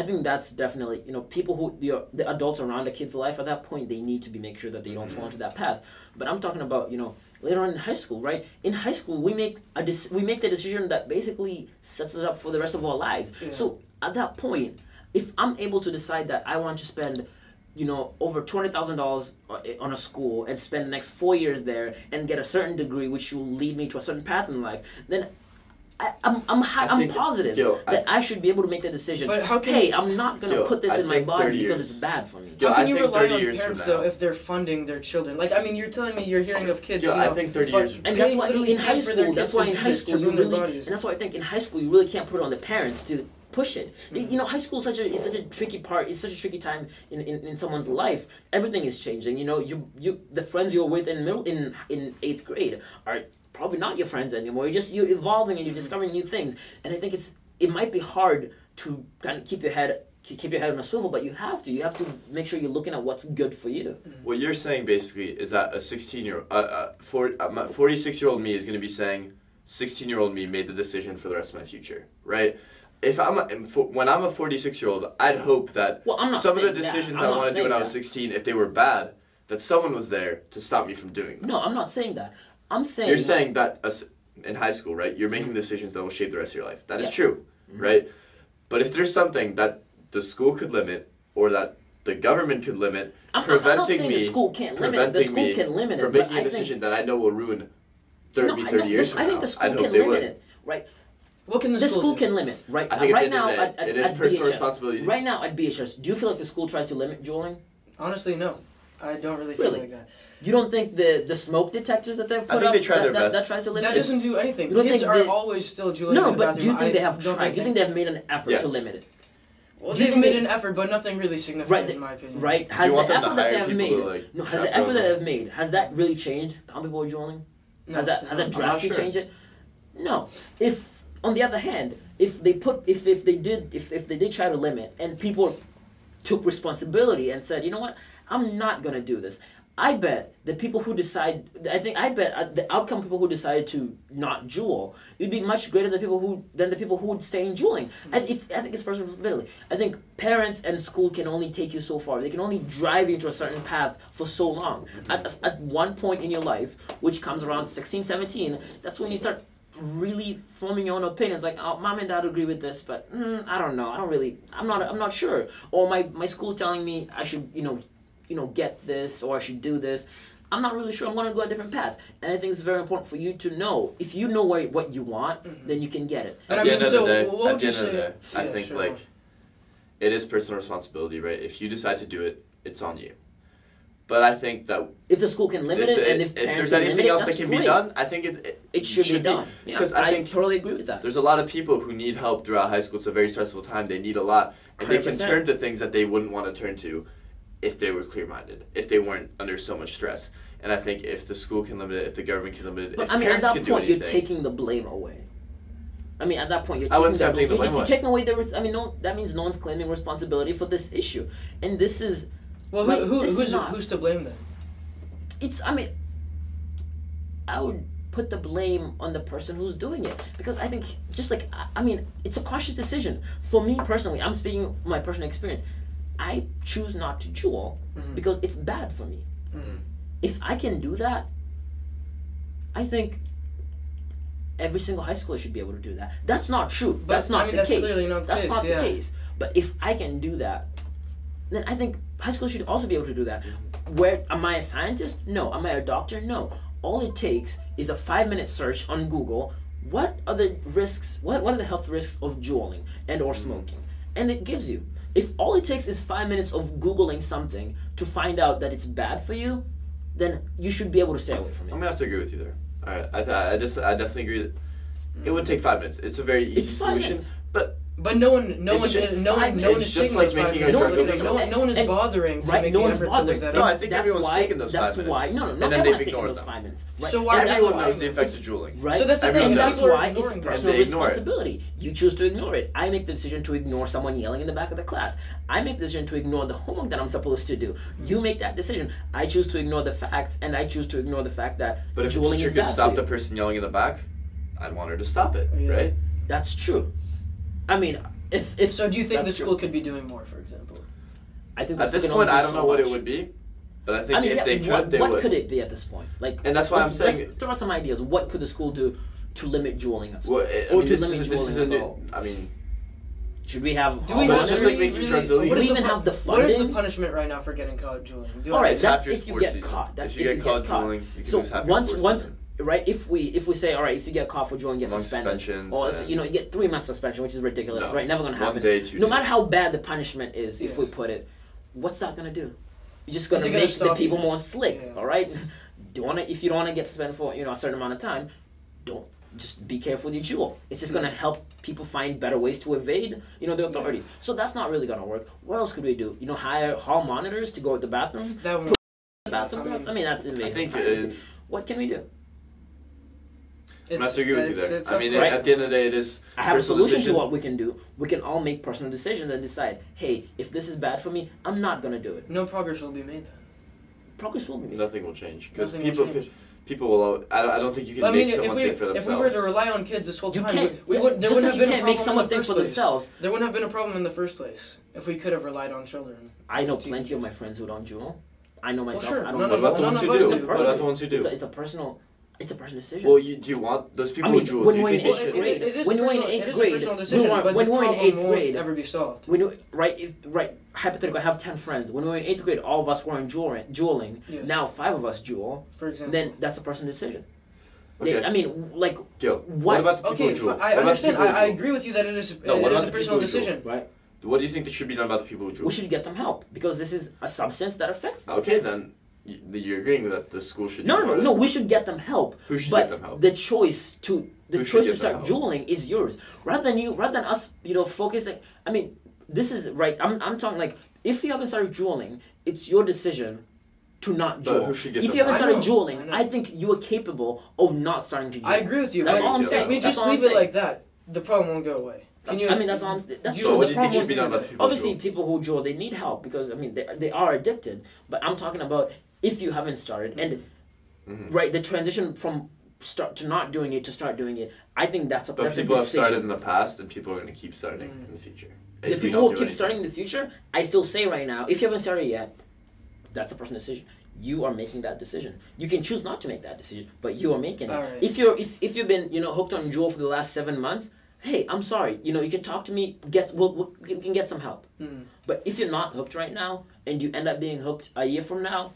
Speaker 1: I think that's definitely you know people who your the adults around a kid's life at that point they need to be make sure that they don't fall
Speaker 3: Mm-hmm.
Speaker 1: into that path. But I'm talking about you know later on in high school, right? In high school we make a dec- we make the decision that basically sets it up for the rest of our lives.
Speaker 2: Yeah.
Speaker 1: So at that point, if I'm able to decide that I want to spend you know, over twenty thousand dollars on a school and spend the next four years there and get a certain degree, which will lead me to a certain path in life, then I, I'm I'm hi-
Speaker 3: I
Speaker 1: I'm
Speaker 3: think-
Speaker 1: positive
Speaker 3: yo, I-
Speaker 1: that I, should be able to make that decision.
Speaker 2: But how can
Speaker 1: hey,
Speaker 2: you-
Speaker 1: I'm not gonna
Speaker 3: Yo,
Speaker 1: put this
Speaker 3: I
Speaker 1: in my
Speaker 3: think
Speaker 1: body
Speaker 3: 30
Speaker 1: because
Speaker 3: years.
Speaker 1: it's bad for me.
Speaker 3: Yo,
Speaker 2: How can
Speaker 3: I
Speaker 2: you
Speaker 3: think
Speaker 2: rely
Speaker 3: 30
Speaker 2: on
Speaker 3: years from
Speaker 2: parents
Speaker 3: now-
Speaker 2: though if they're funding their children? Like I mean, you're telling me you're hearing of kids.
Speaker 3: Yo,
Speaker 2: you
Speaker 3: I
Speaker 2: know,
Speaker 3: think 30
Speaker 2: fu-
Speaker 3: years from-
Speaker 1: And
Speaker 2: paying
Speaker 1: that's why
Speaker 2: literally
Speaker 1: in high
Speaker 2: kids for their
Speaker 1: school, that's
Speaker 2: kids
Speaker 1: why
Speaker 2: to
Speaker 1: in
Speaker 2: do
Speaker 1: high
Speaker 2: this, to
Speaker 1: school you
Speaker 2: ruin their
Speaker 1: really, and
Speaker 2: bodies.
Speaker 1: that's why I think in high school you really can't put it on the parents to push it. Y-
Speaker 2: Mm.
Speaker 1: You know, high school is such a is such a tricky part. It's such a tricky time in, in, in someone's life. Everything is changing. You know, you you the friends you're with in middle in in eighth grade are probably not your friends anymore. You're just you're evolving and you're
Speaker 2: Mm.
Speaker 1: discovering new things. And I think it's it might be hard to kind of keep your head ke- keep your head on a swivel, but you have to. You have to make sure you're looking at what's good for you.
Speaker 2: Mm.
Speaker 3: What you're saying basically is that a 16 year uh, uh, for, uh, my 46 year old me is going to be saying 16 year old me made the decision for the rest of my future, right? If I'm a, and for, when I'm a 46 year old, I'd hope that
Speaker 1: Well, I'm not
Speaker 3: some of the
Speaker 1: saying that.
Speaker 3: decisions
Speaker 1: I'm
Speaker 3: I
Speaker 1: not
Speaker 3: wanted to do
Speaker 1: saying
Speaker 3: when I was
Speaker 1: that.
Speaker 3: 16, if they were bad, that someone was there to stop me from doing them.
Speaker 1: No, I'm not saying that. I'm saying
Speaker 3: You're saying that as- in high school, right? You're making decisions that will shape the rest of your life. That is
Speaker 1: Yeah. Mm-hmm.
Speaker 3: true, right? But if there's something that the school could limit or that the government could limit,
Speaker 1: I'm not- I'm not
Speaker 3: preventing
Speaker 1: saying
Speaker 3: me,
Speaker 1: the school can't limit it. The
Speaker 3: preventing
Speaker 1: school
Speaker 3: me
Speaker 1: can limit it,
Speaker 3: from
Speaker 1: but
Speaker 3: making
Speaker 1: I
Speaker 3: a
Speaker 1: think-
Speaker 3: decision that I know will ruin thirty,
Speaker 1: no,
Speaker 3: me
Speaker 1: I-
Speaker 3: thirty
Speaker 1: no,
Speaker 3: years
Speaker 1: this-
Speaker 3: from
Speaker 1: I think
Speaker 3: now.
Speaker 1: the school
Speaker 3: I'd hope
Speaker 1: can
Speaker 3: they
Speaker 1: limit
Speaker 3: would.
Speaker 1: it, right?
Speaker 2: What can the,
Speaker 1: the school
Speaker 2: do?
Speaker 1: can limit right
Speaker 3: I think at
Speaker 1: right
Speaker 3: the end
Speaker 1: now
Speaker 3: of the
Speaker 1: at,
Speaker 3: day,
Speaker 1: at,
Speaker 3: it is
Speaker 1: at
Speaker 3: personal
Speaker 1: BHS,
Speaker 3: responsibility.
Speaker 1: right now at bhs do you feel like the school tries to limit dueling
Speaker 2: Honestly, no. I don't really feel
Speaker 1: Really?
Speaker 2: like that.
Speaker 1: you don't think the the smoke detectors that they've put
Speaker 3: think
Speaker 1: up
Speaker 3: they tried
Speaker 1: that,
Speaker 3: their
Speaker 1: that,
Speaker 3: best.
Speaker 1: that tries to limit
Speaker 2: That
Speaker 1: it?
Speaker 2: doesn't do anything.
Speaker 1: You don't
Speaker 2: Kids
Speaker 1: think
Speaker 2: are
Speaker 1: they-
Speaker 2: always still juggling.
Speaker 1: no
Speaker 2: in
Speaker 1: no but
Speaker 2: the
Speaker 1: do you
Speaker 2: bathroom.
Speaker 1: think
Speaker 2: I
Speaker 1: they have
Speaker 2: don't
Speaker 1: tried do you think they have made an effort
Speaker 3: Yes.
Speaker 1: to limit it
Speaker 2: Well,
Speaker 1: Do you
Speaker 2: they've
Speaker 1: think
Speaker 2: made
Speaker 1: they-
Speaker 2: an effort, but nothing really
Speaker 1: right
Speaker 2: significant,
Speaker 1: the-
Speaker 2: in my opinion.
Speaker 1: right
Speaker 3: Do
Speaker 1: has
Speaker 3: you
Speaker 1: the
Speaker 3: want them to
Speaker 1: effort that
Speaker 3: hire
Speaker 1: they have
Speaker 3: people
Speaker 1: made
Speaker 3: to, like,
Speaker 1: no has
Speaker 3: trap
Speaker 1: the effort that
Speaker 3: them?
Speaker 1: they have made has that really changed how people are dueling
Speaker 2: No,
Speaker 1: has that
Speaker 2: it's
Speaker 1: has
Speaker 2: not.
Speaker 1: that drastically
Speaker 3: sure.
Speaker 1: changed it? No. If on the other hand, if they put if, if they did if, if they did try to limit and people took responsibility and said, you know what, I'm not gonna do this. I bet the people who decide, I think I bet uh, the outcome people who decide to not jewel, you'd be much greater than people who than the people who would stay in jeweling. I, it's I think it's personal responsibility. I think parents and school can only take you so far. They can only drive you into a certain path for so long. At, at one point in your life, which comes around 16, 17, that's when you start really forming your own opinions like oh mom and dad agree with this but mm, i don't know i don't really i'm not i'm not sure or my my school's telling me i should you know you know get this or i should do this i'm not really sure i'm going to go a different path and i think it's very important for you to know if you know where, what you want then you can get it
Speaker 2: Mm-hmm. But
Speaker 3: at
Speaker 2: I
Speaker 3: the
Speaker 2: mean,
Speaker 3: end of
Speaker 2: so
Speaker 3: the day,
Speaker 2: what
Speaker 3: at
Speaker 2: would
Speaker 3: the
Speaker 2: you
Speaker 3: end
Speaker 2: say-
Speaker 3: of the day, I
Speaker 2: Yeah,
Speaker 3: think
Speaker 2: sure.
Speaker 3: like it is personal responsibility, right? If you decide to do it, it's on you. But I think that
Speaker 1: if the school can limit
Speaker 3: if,
Speaker 1: it
Speaker 3: the-
Speaker 1: and if, parents
Speaker 3: there's
Speaker 1: can
Speaker 3: anything
Speaker 1: limit it,
Speaker 3: else that
Speaker 1: that's
Speaker 3: can be
Speaker 1: great.
Speaker 3: done, I think it, it,
Speaker 1: it should, be done
Speaker 3: because
Speaker 1: yeah,
Speaker 3: I think
Speaker 1: totally agree with that
Speaker 3: There's a lot of people who need help throughout high school. It's a very stressful time. They need a lot, and they can
Speaker 1: 100%.
Speaker 3: turn to things that they wouldn't want to turn to if they were clear-minded, if they weren't under so much stress. And I think if the school can limit it, if the government can limit it,
Speaker 1: But
Speaker 3: if
Speaker 1: I mean, at
Speaker 3: parents
Speaker 1: that
Speaker 3: can
Speaker 1: point,
Speaker 3: do anything,
Speaker 1: you're taking the blame away. I mean, at that point, you're taking
Speaker 3: I wouldn't say
Speaker 1: the,
Speaker 3: I'm taking the
Speaker 1: you're-
Speaker 3: blame
Speaker 1: you're
Speaker 3: away.
Speaker 1: taking away the. res- I mean, no, that means no one's claiming responsibility for this issue, and this is.
Speaker 2: Well, who,
Speaker 1: Right,
Speaker 2: who,
Speaker 1: this is
Speaker 2: who's,
Speaker 1: not-
Speaker 2: who's to blame then?
Speaker 1: It's. I mean, I would put the blame on the person who's doing it because I think just like I, I mean, it's a conscious decision for me personally. I'm speaking from my personal experience. I choose not to jewel
Speaker 2: Mm-hmm.
Speaker 1: because it's bad for me. If I can do that, I think every single high schooler should be able to do that. That's not true.
Speaker 2: But,
Speaker 1: that's not
Speaker 2: I mean,
Speaker 1: the
Speaker 2: that's
Speaker 1: case.
Speaker 2: clearly not the
Speaker 1: that's
Speaker 2: case,
Speaker 1: not
Speaker 2: yeah.
Speaker 1: the case. But if I can do that, then I think high school should also be able to do that. Where am I a scientist? No. Am I a doctor? No. All it takes is a five minute search on Google. What are the risks? What what are the health risks of juuling and or
Speaker 3: Mm.
Speaker 1: smoking? And it gives you. If all it takes is five minutes of googling something to find out that it's bad for you, then you should be able to stay away from it.
Speaker 3: I'm gonna have to agree with you there. All right, I th- I just I definitely agree that it would take five minutes. It's a very easy
Speaker 1: five
Speaker 3: solution,
Speaker 1: minutes.
Speaker 3: but
Speaker 2: But no one, no
Speaker 3: It's
Speaker 2: one,
Speaker 3: just
Speaker 2: is, no
Speaker 1: five
Speaker 2: one, no one
Speaker 1: minutes.
Speaker 2: is
Speaker 3: It's just
Speaker 2: taking
Speaker 3: like
Speaker 2: those five
Speaker 3: making a
Speaker 2: minutes.
Speaker 1: drug
Speaker 2: Like,
Speaker 1: deal.
Speaker 2: no, one, no one is
Speaker 1: And-
Speaker 2: bothering to
Speaker 1: Right,
Speaker 2: make
Speaker 1: no
Speaker 2: the
Speaker 1: one's
Speaker 2: effort
Speaker 1: bothering.
Speaker 2: to look that
Speaker 3: No,
Speaker 2: up.
Speaker 3: I think everyone's taking those
Speaker 1: that's
Speaker 3: five minutes.
Speaker 1: Why, no, no,
Speaker 3: And
Speaker 1: no
Speaker 3: then
Speaker 1: everyone's
Speaker 3: they've
Speaker 1: taking
Speaker 3: ignored
Speaker 1: those
Speaker 3: them.
Speaker 1: five minutes.
Speaker 2: So why-
Speaker 1: And that's
Speaker 3: everyone
Speaker 1: why-
Speaker 3: knows the effects of juuling.
Speaker 1: Right.
Speaker 2: So that's the
Speaker 3: Everyone
Speaker 1: and
Speaker 3: knows.
Speaker 1: that's why
Speaker 2: People are
Speaker 1: it's
Speaker 2: ignoring
Speaker 1: personal
Speaker 3: it. And they ignore it.
Speaker 1: responsibility. You choose to ignore it. I make the decision to ignore someone yelling in the back of the class. I make the decision to ignore the homework that I'm supposed to do. You
Speaker 2: Mm-hmm.
Speaker 1: make that decision. I choose to ignore the facts, and I choose to ignore the fact that
Speaker 3: but if a
Speaker 1: dueling
Speaker 3: teacher
Speaker 1: is
Speaker 3: could
Speaker 1: bad for
Speaker 3: stop
Speaker 1: you.
Speaker 3: the person yelling in the back, I'd want her to stop it,
Speaker 2: Yeah.
Speaker 3: right?
Speaker 1: That's true. I mean, if if
Speaker 2: So do you think the
Speaker 1: that's
Speaker 2: school
Speaker 1: true.
Speaker 2: could be doing more, for example?
Speaker 1: I think the
Speaker 3: At this
Speaker 1: school can
Speaker 3: point,
Speaker 1: only
Speaker 3: I
Speaker 1: do
Speaker 3: don't
Speaker 1: so
Speaker 3: know what it
Speaker 1: much.
Speaker 3: would be, but I think
Speaker 1: I mean,
Speaker 3: if
Speaker 1: yeah,
Speaker 3: they could,
Speaker 1: what,
Speaker 3: they
Speaker 1: what
Speaker 3: would.
Speaker 1: could it be at this point? Like,
Speaker 3: And that's why I'm
Speaker 1: let's-
Speaker 3: saying-
Speaker 1: let's throw out some ideas. What could the school do to limit dueling at school?
Speaker 3: Well, I- I
Speaker 1: or
Speaker 3: mean,
Speaker 1: to
Speaker 3: this
Speaker 1: limit
Speaker 3: is, this
Speaker 1: dueling
Speaker 3: is a
Speaker 1: at all?
Speaker 3: new. I mean,
Speaker 1: Should we have?
Speaker 2: Do we
Speaker 3: But
Speaker 2: have
Speaker 3: it's
Speaker 1: monitors?
Speaker 3: just like making drugs illegal.
Speaker 2: what is
Speaker 1: We even
Speaker 2: pun-
Speaker 1: have the
Speaker 2: What is the
Speaker 1: funding?
Speaker 2: punishment right now for getting caught juuling? Do you
Speaker 1: All right,
Speaker 2: have-
Speaker 3: it's half
Speaker 1: that's
Speaker 3: your
Speaker 1: if you
Speaker 3: sports
Speaker 1: get
Speaker 3: season.
Speaker 1: caught. That's
Speaker 3: if you get caught dueling, you can
Speaker 1: So
Speaker 3: lose half your
Speaker 1: once
Speaker 3: sports
Speaker 1: once
Speaker 3: season.
Speaker 1: right if we if we say all right if you get caught for drawing you get
Speaker 3: Long
Speaker 1: suspended
Speaker 3: suspensions
Speaker 1: or so,
Speaker 3: and-
Speaker 1: you know you get three months suspension which is ridiculous
Speaker 3: No.
Speaker 1: right never gonna
Speaker 3: One
Speaker 1: happen
Speaker 3: day, two
Speaker 1: no matter
Speaker 3: days.
Speaker 1: how bad the punishment is if
Speaker 2: Yeah.
Speaker 1: we put it what's that gonna do you're just
Speaker 2: Is
Speaker 1: gonna
Speaker 2: it gonna
Speaker 1: make the
Speaker 2: stop
Speaker 1: people
Speaker 2: you?
Speaker 1: more slick
Speaker 2: Yeah.
Speaker 1: all right do wanna if you don't wanna get suspended for you know a certain amount of time don't just be careful with your jewel it's just gonna help people find better ways to evade you know the authorities so that's not really gonna work what else could we do you know hire hall monitors to go to the bathroom
Speaker 2: That one.
Speaker 1: bathroom
Speaker 2: I mean-
Speaker 1: dogs? I mean that's
Speaker 3: I
Speaker 1: invasive
Speaker 3: think
Speaker 1: obviously.
Speaker 3: uh,
Speaker 1: what can we do
Speaker 3: I'm not to agree with you
Speaker 2: it's-
Speaker 3: there.
Speaker 2: it's
Speaker 3: I mean,
Speaker 2: tough.
Speaker 1: Right.
Speaker 3: at the end of the day, it is
Speaker 1: I have a
Speaker 3: personal
Speaker 1: solution
Speaker 3: decision.
Speaker 1: to what we can do. We can all make personal decisions and decide, hey, if this is bad for me, I'm not gonna do it.
Speaker 2: no progress will be made then.
Speaker 1: Progress will be made.
Speaker 3: nothing will change because
Speaker 2: Nothing will
Speaker 3: people
Speaker 2: change.
Speaker 3: people will. al- I don't, I don't think you can
Speaker 2: I mean,
Speaker 3: make
Speaker 2: if
Speaker 3: someone
Speaker 2: we,
Speaker 3: think for
Speaker 2: if we were
Speaker 3: themselves.
Speaker 2: to rely on kids this whole
Speaker 1: You
Speaker 2: time,
Speaker 1: can't.
Speaker 2: we, we would, there
Speaker 1: just
Speaker 2: wouldn't
Speaker 1: like you
Speaker 2: have been a
Speaker 1: can't
Speaker 2: problem
Speaker 1: make
Speaker 2: in
Speaker 1: someone
Speaker 2: the
Speaker 1: think
Speaker 2: first
Speaker 1: for
Speaker 2: place.
Speaker 1: themselves.
Speaker 2: There wouldn't have been a problem in the first place if we could have relied on children.
Speaker 1: I know plenty of my friends who don't jewel. I know
Speaker 2: Well,
Speaker 1: myself.
Speaker 2: sure,
Speaker 1: I don't.
Speaker 2: none
Speaker 3: what
Speaker 1: know.
Speaker 3: about the
Speaker 2: none
Speaker 3: ones
Speaker 2: of
Speaker 3: who
Speaker 2: us
Speaker 3: do?
Speaker 2: do.
Speaker 3: What about the ones who
Speaker 1: It's a,
Speaker 3: do?
Speaker 1: it's a personal. It's a personal decision.
Speaker 3: Well, you, do you want those people
Speaker 1: I mean,
Speaker 3: who drool?
Speaker 1: when
Speaker 3: Do you
Speaker 1: we're in
Speaker 3: think they
Speaker 1: eighth
Speaker 3: should?
Speaker 1: grade-
Speaker 2: it, it is
Speaker 1: when
Speaker 2: a
Speaker 1: we're in
Speaker 2: personal,
Speaker 1: eighth
Speaker 2: it is
Speaker 1: grade,
Speaker 2: a personal
Speaker 1: we
Speaker 2: decision,
Speaker 1: were-
Speaker 2: but
Speaker 1: when
Speaker 2: the
Speaker 1: we were in
Speaker 2: problem
Speaker 1: eighth
Speaker 2: won't
Speaker 1: grade-
Speaker 2: ever be solved.
Speaker 1: when you, right if right hypothetical, I have ten friends. When we were in eighth grade, all of us were in jeweling. jeweling.
Speaker 2: Yes.
Speaker 1: Now five of us jewel.
Speaker 2: For example,
Speaker 1: Then that's a personal decision.
Speaker 3: Okay,
Speaker 1: They, I mean, like
Speaker 3: Gil,
Speaker 1: what-
Speaker 3: what about the people
Speaker 2: okay,
Speaker 3: who drool?
Speaker 2: fi-
Speaker 3: What
Speaker 2: I
Speaker 3: about the
Speaker 2: understand.
Speaker 3: people who
Speaker 2: I, I
Speaker 3: drool?
Speaker 2: agree with you that it is
Speaker 3: No, what
Speaker 2: it
Speaker 3: about
Speaker 2: is a
Speaker 3: the people
Speaker 2: personal
Speaker 3: who do?
Speaker 2: decision.
Speaker 1: right,
Speaker 3: What do you think that should be done about the people who drool?
Speaker 1: we should get them help because this is a substance that affects them.
Speaker 3: Okay, then y- you're agreeing that the school should.
Speaker 1: No,
Speaker 3: do
Speaker 1: no, no,
Speaker 3: more.
Speaker 1: no. We should get them help.
Speaker 3: Who should
Speaker 1: but
Speaker 3: get them help?
Speaker 1: The choice to the
Speaker 3: Who
Speaker 1: choice
Speaker 3: should get
Speaker 1: to
Speaker 3: them
Speaker 1: start
Speaker 3: help?
Speaker 1: dueling is yours, rather than you, rather than us, you know, focusing. I mean, this is right. I'm, I'm talking like if you haven't started dueling, it's your decision to not
Speaker 3: But
Speaker 1: duel.
Speaker 3: who should get
Speaker 1: if
Speaker 3: them
Speaker 1: you haven't
Speaker 2: help? I
Speaker 1: started
Speaker 2: know,
Speaker 1: dueling,
Speaker 2: I
Speaker 1: I,
Speaker 2: know.
Speaker 1: think you are capable of not starting to duel.
Speaker 2: I agree with you.
Speaker 1: That's
Speaker 2: but
Speaker 1: all I'm
Speaker 3: Yeah.
Speaker 1: saying.
Speaker 2: If we
Speaker 1: That's
Speaker 2: just
Speaker 1: all I'm
Speaker 2: leave it
Speaker 1: saying.
Speaker 2: like that, the problem won't go away. Can
Speaker 1: That's-
Speaker 2: you?
Speaker 1: I mean, that's all I'm s- that's
Speaker 2: you
Speaker 1: all
Speaker 3: So what
Speaker 1: the
Speaker 3: do you think
Speaker 1: problem-
Speaker 3: should be done about the people who
Speaker 1: Obviously,
Speaker 3: drool?
Speaker 1: people who duel they need help because I mean they, they are addicted. But I'm talking about if you haven't started and
Speaker 3: Mm-hmm.
Speaker 1: right the transition from start to not doing it to start doing it. I think that's a
Speaker 3: But
Speaker 1: that's a
Speaker 3: people have
Speaker 1: decision. Mm.
Speaker 3: started in the past, and people are going to keep starting in the future.
Speaker 1: the
Speaker 3: If we
Speaker 1: people
Speaker 3: don't
Speaker 1: who
Speaker 3: do
Speaker 1: keep
Speaker 3: anything.
Speaker 1: starting in the future, I still say right now, if you haven't started yet, that's a personal decision. You are making that decision. You can choose not to make that decision, but you are making it.
Speaker 2: All right.
Speaker 1: If you're if, if you've been you know hooked on Juul for the last seven months, hey, I'm sorry. You know you can talk to me. Get we'll, we'll, we can get some help.
Speaker 2: Mm.
Speaker 1: But if you're not hooked right now and you end up being hooked a year from now,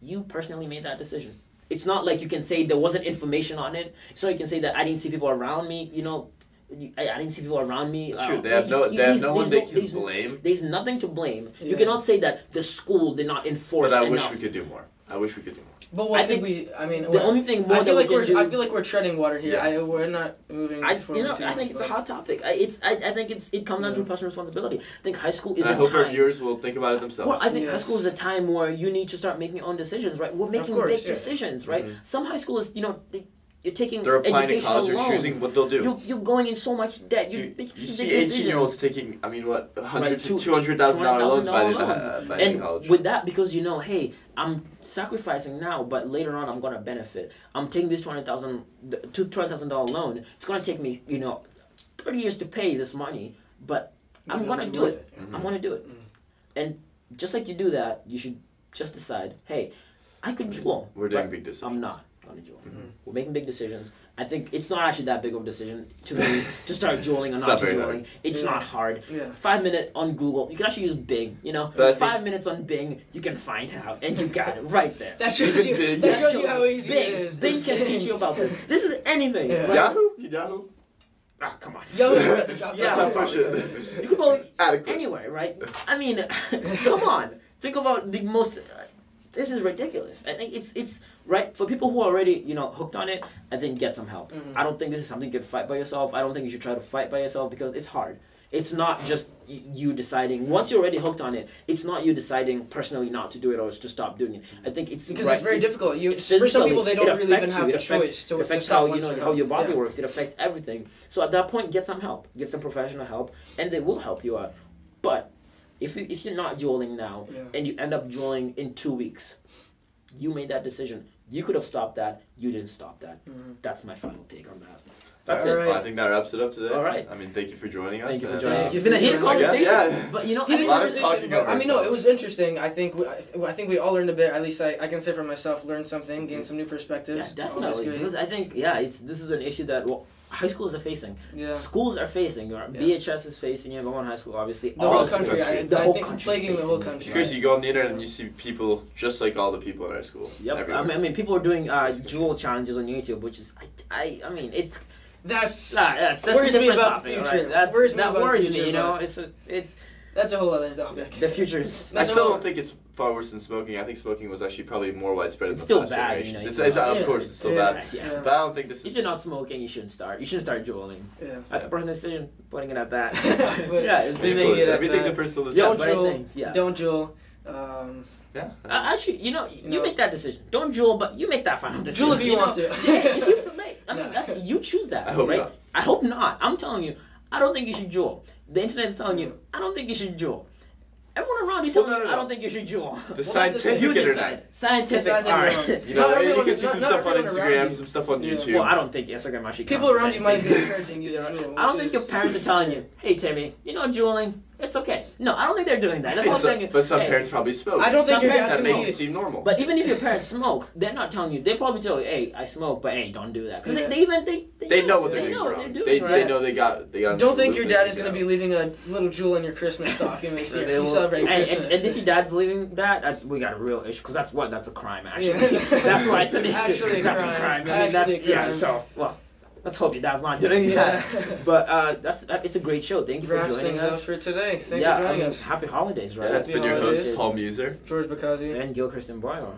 Speaker 1: you personally made that decision. It's not like you can say there wasn't information on it. So you can say that I didn't see people around me. You know, you, I, I didn't see people around me.
Speaker 3: That's true.
Speaker 1: uh,
Speaker 3: They have
Speaker 1: you-
Speaker 3: no,
Speaker 1: you-
Speaker 3: they have
Speaker 1: these-
Speaker 3: no
Speaker 1: these
Speaker 3: one they
Speaker 1: don't-
Speaker 3: can
Speaker 1: these-
Speaker 3: blame.
Speaker 1: there's nothing to blame. You
Speaker 2: Yeah.
Speaker 1: cannot say that the school did not enforce
Speaker 3: But I
Speaker 1: enough.
Speaker 3: wish we could do more. I wish we could do more.
Speaker 2: But
Speaker 1: I
Speaker 2: what did
Speaker 1: think
Speaker 2: we? I mean,
Speaker 1: the
Speaker 2: what-
Speaker 1: only thing more
Speaker 2: I
Speaker 1: that
Speaker 2: feel
Speaker 1: we
Speaker 2: like
Speaker 1: can
Speaker 2: we're.
Speaker 1: do.
Speaker 2: I feel like we're treading water here.
Speaker 3: Yeah.
Speaker 2: I, we're not moving.
Speaker 1: I,
Speaker 2: forward
Speaker 1: you know,
Speaker 2: too
Speaker 1: I
Speaker 2: much,
Speaker 1: think it's a
Speaker 2: but-
Speaker 1: hot topic. I, it's, I, I think it's, it comes down to
Speaker 2: Yeah.
Speaker 1: personal responsibility. I think high school is
Speaker 3: And I
Speaker 1: a
Speaker 3: hope
Speaker 1: time.
Speaker 3: our viewers will think about it themselves.
Speaker 1: Well, I think high
Speaker 2: Yes.
Speaker 1: school is a time where you need to start making your own decisions, right? We're making
Speaker 2: course,
Speaker 1: big
Speaker 2: yeah.
Speaker 1: decisions, right? Some high school is, you know, they, you're taking
Speaker 3: Mm-hmm. They're applying to
Speaker 1: educational
Speaker 3: college. They're
Speaker 1: loans.
Speaker 3: choosing what they'll do.
Speaker 1: You're, you're going in so much debt. You're
Speaker 3: You,
Speaker 1: big,
Speaker 3: you
Speaker 1: big
Speaker 3: see
Speaker 1: decisions.
Speaker 3: 18 year olds taking, I mean, what, 100
Speaker 1: Right, two-
Speaker 3: to $200,000 loans by, the,
Speaker 1: $200,000
Speaker 3: uh, by
Speaker 1: and
Speaker 3: college.
Speaker 1: with that, because you know, hey, I'm sacrificing now, but later on, I'm gonna benefit. I'm taking this twenty thousand, two twenty thousand dollar loan. It's gonna take me, you know, thirty years to pay this money, but I'm
Speaker 2: You're
Speaker 1: gonna
Speaker 2: gonna
Speaker 1: do
Speaker 2: lose
Speaker 1: it.
Speaker 2: it.
Speaker 3: Mm-hmm.
Speaker 1: I'm gonna do it. And just like you do that, you should just decide, hey, I could jewel.
Speaker 3: Mm-hmm. We're doing
Speaker 1: but
Speaker 3: big decisions. Mm-hmm.
Speaker 1: I'm not gonna jewel. We're making big decisions. I think it's not actually that big of a decision to me to start jeweling or
Speaker 3: It's
Speaker 1: not,
Speaker 3: not
Speaker 1: to
Speaker 3: very hard.
Speaker 1: jeweling. It's
Speaker 2: Yeah.
Speaker 1: not hard
Speaker 2: Yeah.
Speaker 1: five minute on Google. You can actually use Bing. You know,
Speaker 3: But I
Speaker 1: five minutes on Bing, you can find out, and you got it right there.
Speaker 2: That
Speaker 3: Even
Speaker 2: shows you.
Speaker 3: big.
Speaker 2: That shows
Speaker 1: Actually,
Speaker 2: you how easy
Speaker 1: Bing,
Speaker 2: it is.
Speaker 1: Bing can teach you about this. This is anything.
Speaker 2: Yeah.
Speaker 1: right?
Speaker 3: Yahoo? Yahoo?
Speaker 1: Ah, come on.
Speaker 2: Yo,
Speaker 1: Yeah.
Speaker 3: Let's not push
Speaker 1: You
Speaker 3: it.
Speaker 1: can probably
Speaker 3: Adequate.
Speaker 1: anyway, right? I mean, come on. Think about the most. Uh, this is ridiculous. I think it's it's right for people who are already you know hooked on it. I think get some help.
Speaker 2: Mm-hmm.
Speaker 1: I don't think this is something you can fight by yourself. I don't think you should try to fight by yourself because it's hard. It's not just y- you deciding once you're already hooked on it. It's not you deciding personally not to do it or to stop doing it. I think it's
Speaker 2: Because
Speaker 1: right,
Speaker 2: it's very difficult. You
Speaker 1: it's
Speaker 2: for some
Speaker 1: physically,
Speaker 2: people they don't
Speaker 1: it
Speaker 2: really even
Speaker 1: affects you,
Speaker 2: have
Speaker 1: it
Speaker 2: the
Speaker 1: affects-
Speaker 2: choice to
Speaker 1: it affects
Speaker 2: to
Speaker 1: how
Speaker 2: stop
Speaker 1: you
Speaker 2: once
Speaker 1: know
Speaker 2: they're
Speaker 1: how your body
Speaker 2: yeah.
Speaker 1: works. It affects everything. So at that point, get some help. Get some professional help, and they will help you out. But if you if you're not dueling now
Speaker 2: Yeah.
Speaker 1: and you end up dueling in two weeks, you made that decision. You could have stopped that. You didn't stop that.
Speaker 2: Mm-hmm.
Speaker 1: That's my final take on that. That's
Speaker 3: All
Speaker 1: it.
Speaker 3: right, well, I think that wraps it up today.
Speaker 1: All right.
Speaker 3: I mean, thank you for joining us.
Speaker 1: Thank you for
Speaker 3: and,
Speaker 1: joining
Speaker 3: uh,
Speaker 1: us.
Speaker 2: you
Speaker 1: It's been a heated
Speaker 2: for joining us.
Speaker 1: conversation,
Speaker 3: Yeah.
Speaker 1: but you know,
Speaker 2: Heated
Speaker 3: A lot of
Speaker 2: conversation,
Speaker 3: talking
Speaker 2: but,
Speaker 3: over
Speaker 2: I mean, no, it
Speaker 3: ourselves.
Speaker 2: was interesting. I think we, I, I think we all learned a bit. At least I, I can say for myself, learned something, gained some new perspectives.
Speaker 1: Mm-hmm. Yeah,
Speaker 2: All was
Speaker 1: definitely.
Speaker 2: good.
Speaker 1: Because I think yeah, it's this is an issue that well, high schools are facing.
Speaker 2: Yeah.
Speaker 1: Schools are facing. or BHS is facing it. Belmont High School, obviously.
Speaker 2: The
Speaker 1: All
Speaker 2: whole
Speaker 1: of the
Speaker 2: country. I,
Speaker 3: country.
Speaker 1: The
Speaker 2: I
Speaker 1: whole
Speaker 2: think
Speaker 1: country's
Speaker 2: plaguing the
Speaker 1: facing
Speaker 2: whole
Speaker 1: it.
Speaker 2: country.
Speaker 3: It's crazy. You go on the internet and you see people just like all the people in our school.
Speaker 1: Yep. I
Speaker 3: everywhere.
Speaker 1: mean, I mean, people are doing uh, jewel challenges on YouTube, which is I, I, I mean, it's
Speaker 2: That's
Speaker 1: nah, that's that's
Speaker 2: Worries
Speaker 1: a
Speaker 2: me
Speaker 1: different
Speaker 2: about the
Speaker 1: topic.
Speaker 2: future.
Speaker 1: Right? That's
Speaker 2: Worries me
Speaker 1: that
Speaker 2: about the
Speaker 1: worries
Speaker 2: future,
Speaker 1: me. You know,
Speaker 2: but-
Speaker 1: it's a, it's
Speaker 2: that's a whole other topic.
Speaker 1: the future is.
Speaker 3: I
Speaker 2: That's
Speaker 3: still
Speaker 2: all.
Speaker 3: don't think it's far worse than smoking. I think smoking was actually probably more widespread
Speaker 1: It's
Speaker 3: in the
Speaker 1: still
Speaker 3: past
Speaker 1: bad, you know,
Speaker 3: generations.
Speaker 1: you
Speaker 3: it's,
Speaker 1: can-
Speaker 3: it's, uh,
Speaker 2: Yeah.
Speaker 3: of course, it's still
Speaker 2: Yeah.
Speaker 3: bad.
Speaker 1: Yeah.
Speaker 3: But I don't think this
Speaker 1: If
Speaker 3: is.
Speaker 1: you're not smoking, you shouldn't start. You shouldn't start dueling.
Speaker 2: Yeah.
Speaker 1: That's a personal decision. Putting it at that.
Speaker 2: But-
Speaker 1: yeah, it's
Speaker 3: Of
Speaker 1: the
Speaker 2: They make
Speaker 1: thing.
Speaker 3: course,
Speaker 2: it at
Speaker 3: everything's
Speaker 2: that.
Speaker 3: a personal
Speaker 1: Yeah,
Speaker 3: decision.
Speaker 2: Don't
Speaker 1: but I
Speaker 2: jewel.
Speaker 1: think- yeah.
Speaker 2: Don't jewel. Um,
Speaker 3: Yeah.
Speaker 1: Uh, actually, you know, you
Speaker 2: know.
Speaker 1: make that decision. Don't jewel, but you make that final decision.
Speaker 2: Jewel if you
Speaker 1: know?
Speaker 2: want to.
Speaker 1: yeah, if you feel like, I mean,
Speaker 2: No.
Speaker 1: that's, you choose that,
Speaker 3: I hope
Speaker 1: right?
Speaker 3: not.
Speaker 1: I hope not. I'm telling you, I don't think you should jewel. The internet's telling you, I don't think you should jewel. Everyone around you
Speaker 3: Well,
Speaker 1: telling
Speaker 3: no, no,
Speaker 1: you,
Speaker 3: no.
Speaker 1: I don't think you should jewel.
Speaker 3: The
Speaker 2: Well, that's the
Speaker 3: scientific
Speaker 2: thing.
Speaker 1: you
Speaker 3: internet.
Speaker 1: decide. Scientific.
Speaker 2: Scientific
Speaker 1: all right.
Speaker 2: one.
Speaker 3: You know,
Speaker 2: Not
Speaker 3: and you
Speaker 2: everyone-
Speaker 3: can see
Speaker 2: not-
Speaker 3: some
Speaker 2: not
Speaker 3: stuff on
Speaker 2: everyone around
Speaker 3: Instagram,
Speaker 2: you.
Speaker 3: some stuff on
Speaker 2: Yeah.
Speaker 3: YouTube.
Speaker 1: Well, I don't think Instagram actually.
Speaker 2: people
Speaker 1: counts as
Speaker 2: around you might be
Speaker 1: anything.
Speaker 2: encouraging you to
Speaker 1: Either-
Speaker 2: jewel.
Speaker 1: I don't
Speaker 2: which
Speaker 1: think
Speaker 2: is-
Speaker 1: your parents are telling you, "Hey Timmy, you know dueling, it's okay." No, I don't think they're doing that. They're
Speaker 3: Hey,
Speaker 1: both
Speaker 3: so-
Speaker 1: thinking,
Speaker 3: but some
Speaker 1: "Hey,
Speaker 3: parents probably smoke.
Speaker 2: I don't think
Speaker 1: Some
Speaker 2: you're
Speaker 1: parents
Speaker 3: that
Speaker 2: asking
Speaker 1: smoke.
Speaker 3: makes
Speaker 2: me.
Speaker 3: it seem normal.
Speaker 1: But even if your parents smoke, they're not telling you. They probably tell you, "Hey, I smoke, but hey, don't do that." Because
Speaker 2: Yeah.
Speaker 1: they, they even they they,
Speaker 3: they know what they're
Speaker 1: they
Speaker 3: doing
Speaker 1: know
Speaker 3: wrong.
Speaker 1: what they're
Speaker 3: they,
Speaker 1: doing,
Speaker 3: they
Speaker 1: right?
Speaker 3: know they got they got.
Speaker 2: Don't think your dad is
Speaker 3: they
Speaker 2: going to be
Speaker 3: got-
Speaker 2: leaving a little jewel in your Christmas stocking this year.
Speaker 3: They
Speaker 2: If you
Speaker 3: will-
Speaker 2: celebrate
Speaker 1: And,
Speaker 2: Christmas.
Speaker 1: and, and if your dad's leaving that, that we got a real issue because that's what that's a crime actually.
Speaker 2: Yeah.
Speaker 1: that's why it's an issue.
Speaker 2: Actually a
Speaker 1: that's
Speaker 2: crime.
Speaker 1: a crime. I mean,
Speaker 2: Actually
Speaker 1: that's
Speaker 2: a
Speaker 1: yeah.
Speaker 2: crime.
Speaker 1: So well, let's hope your dad's not doing
Speaker 2: yeah.
Speaker 1: that. But uh, that's that, it's a great show. Thank you for
Speaker 2: Wraps
Speaker 1: joining
Speaker 2: things up
Speaker 1: us.
Speaker 2: for today. Thanks
Speaker 1: yeah,
Speaker 2: for
Speaker 1: I
Speaker 2: joining
Speaker 1: mean,
Speaker 2: us.
Speaker 1: happy holidays, right?
Speaker 3: Yeah, that's been your
Speaker 2: Yeah, it
Speaker 3: host
Speaker 2: is.
Speaker 3: Paul Muser.
Speaker 2: George Bacazzi.
Speaker 1: and Gilchrist and Bryan.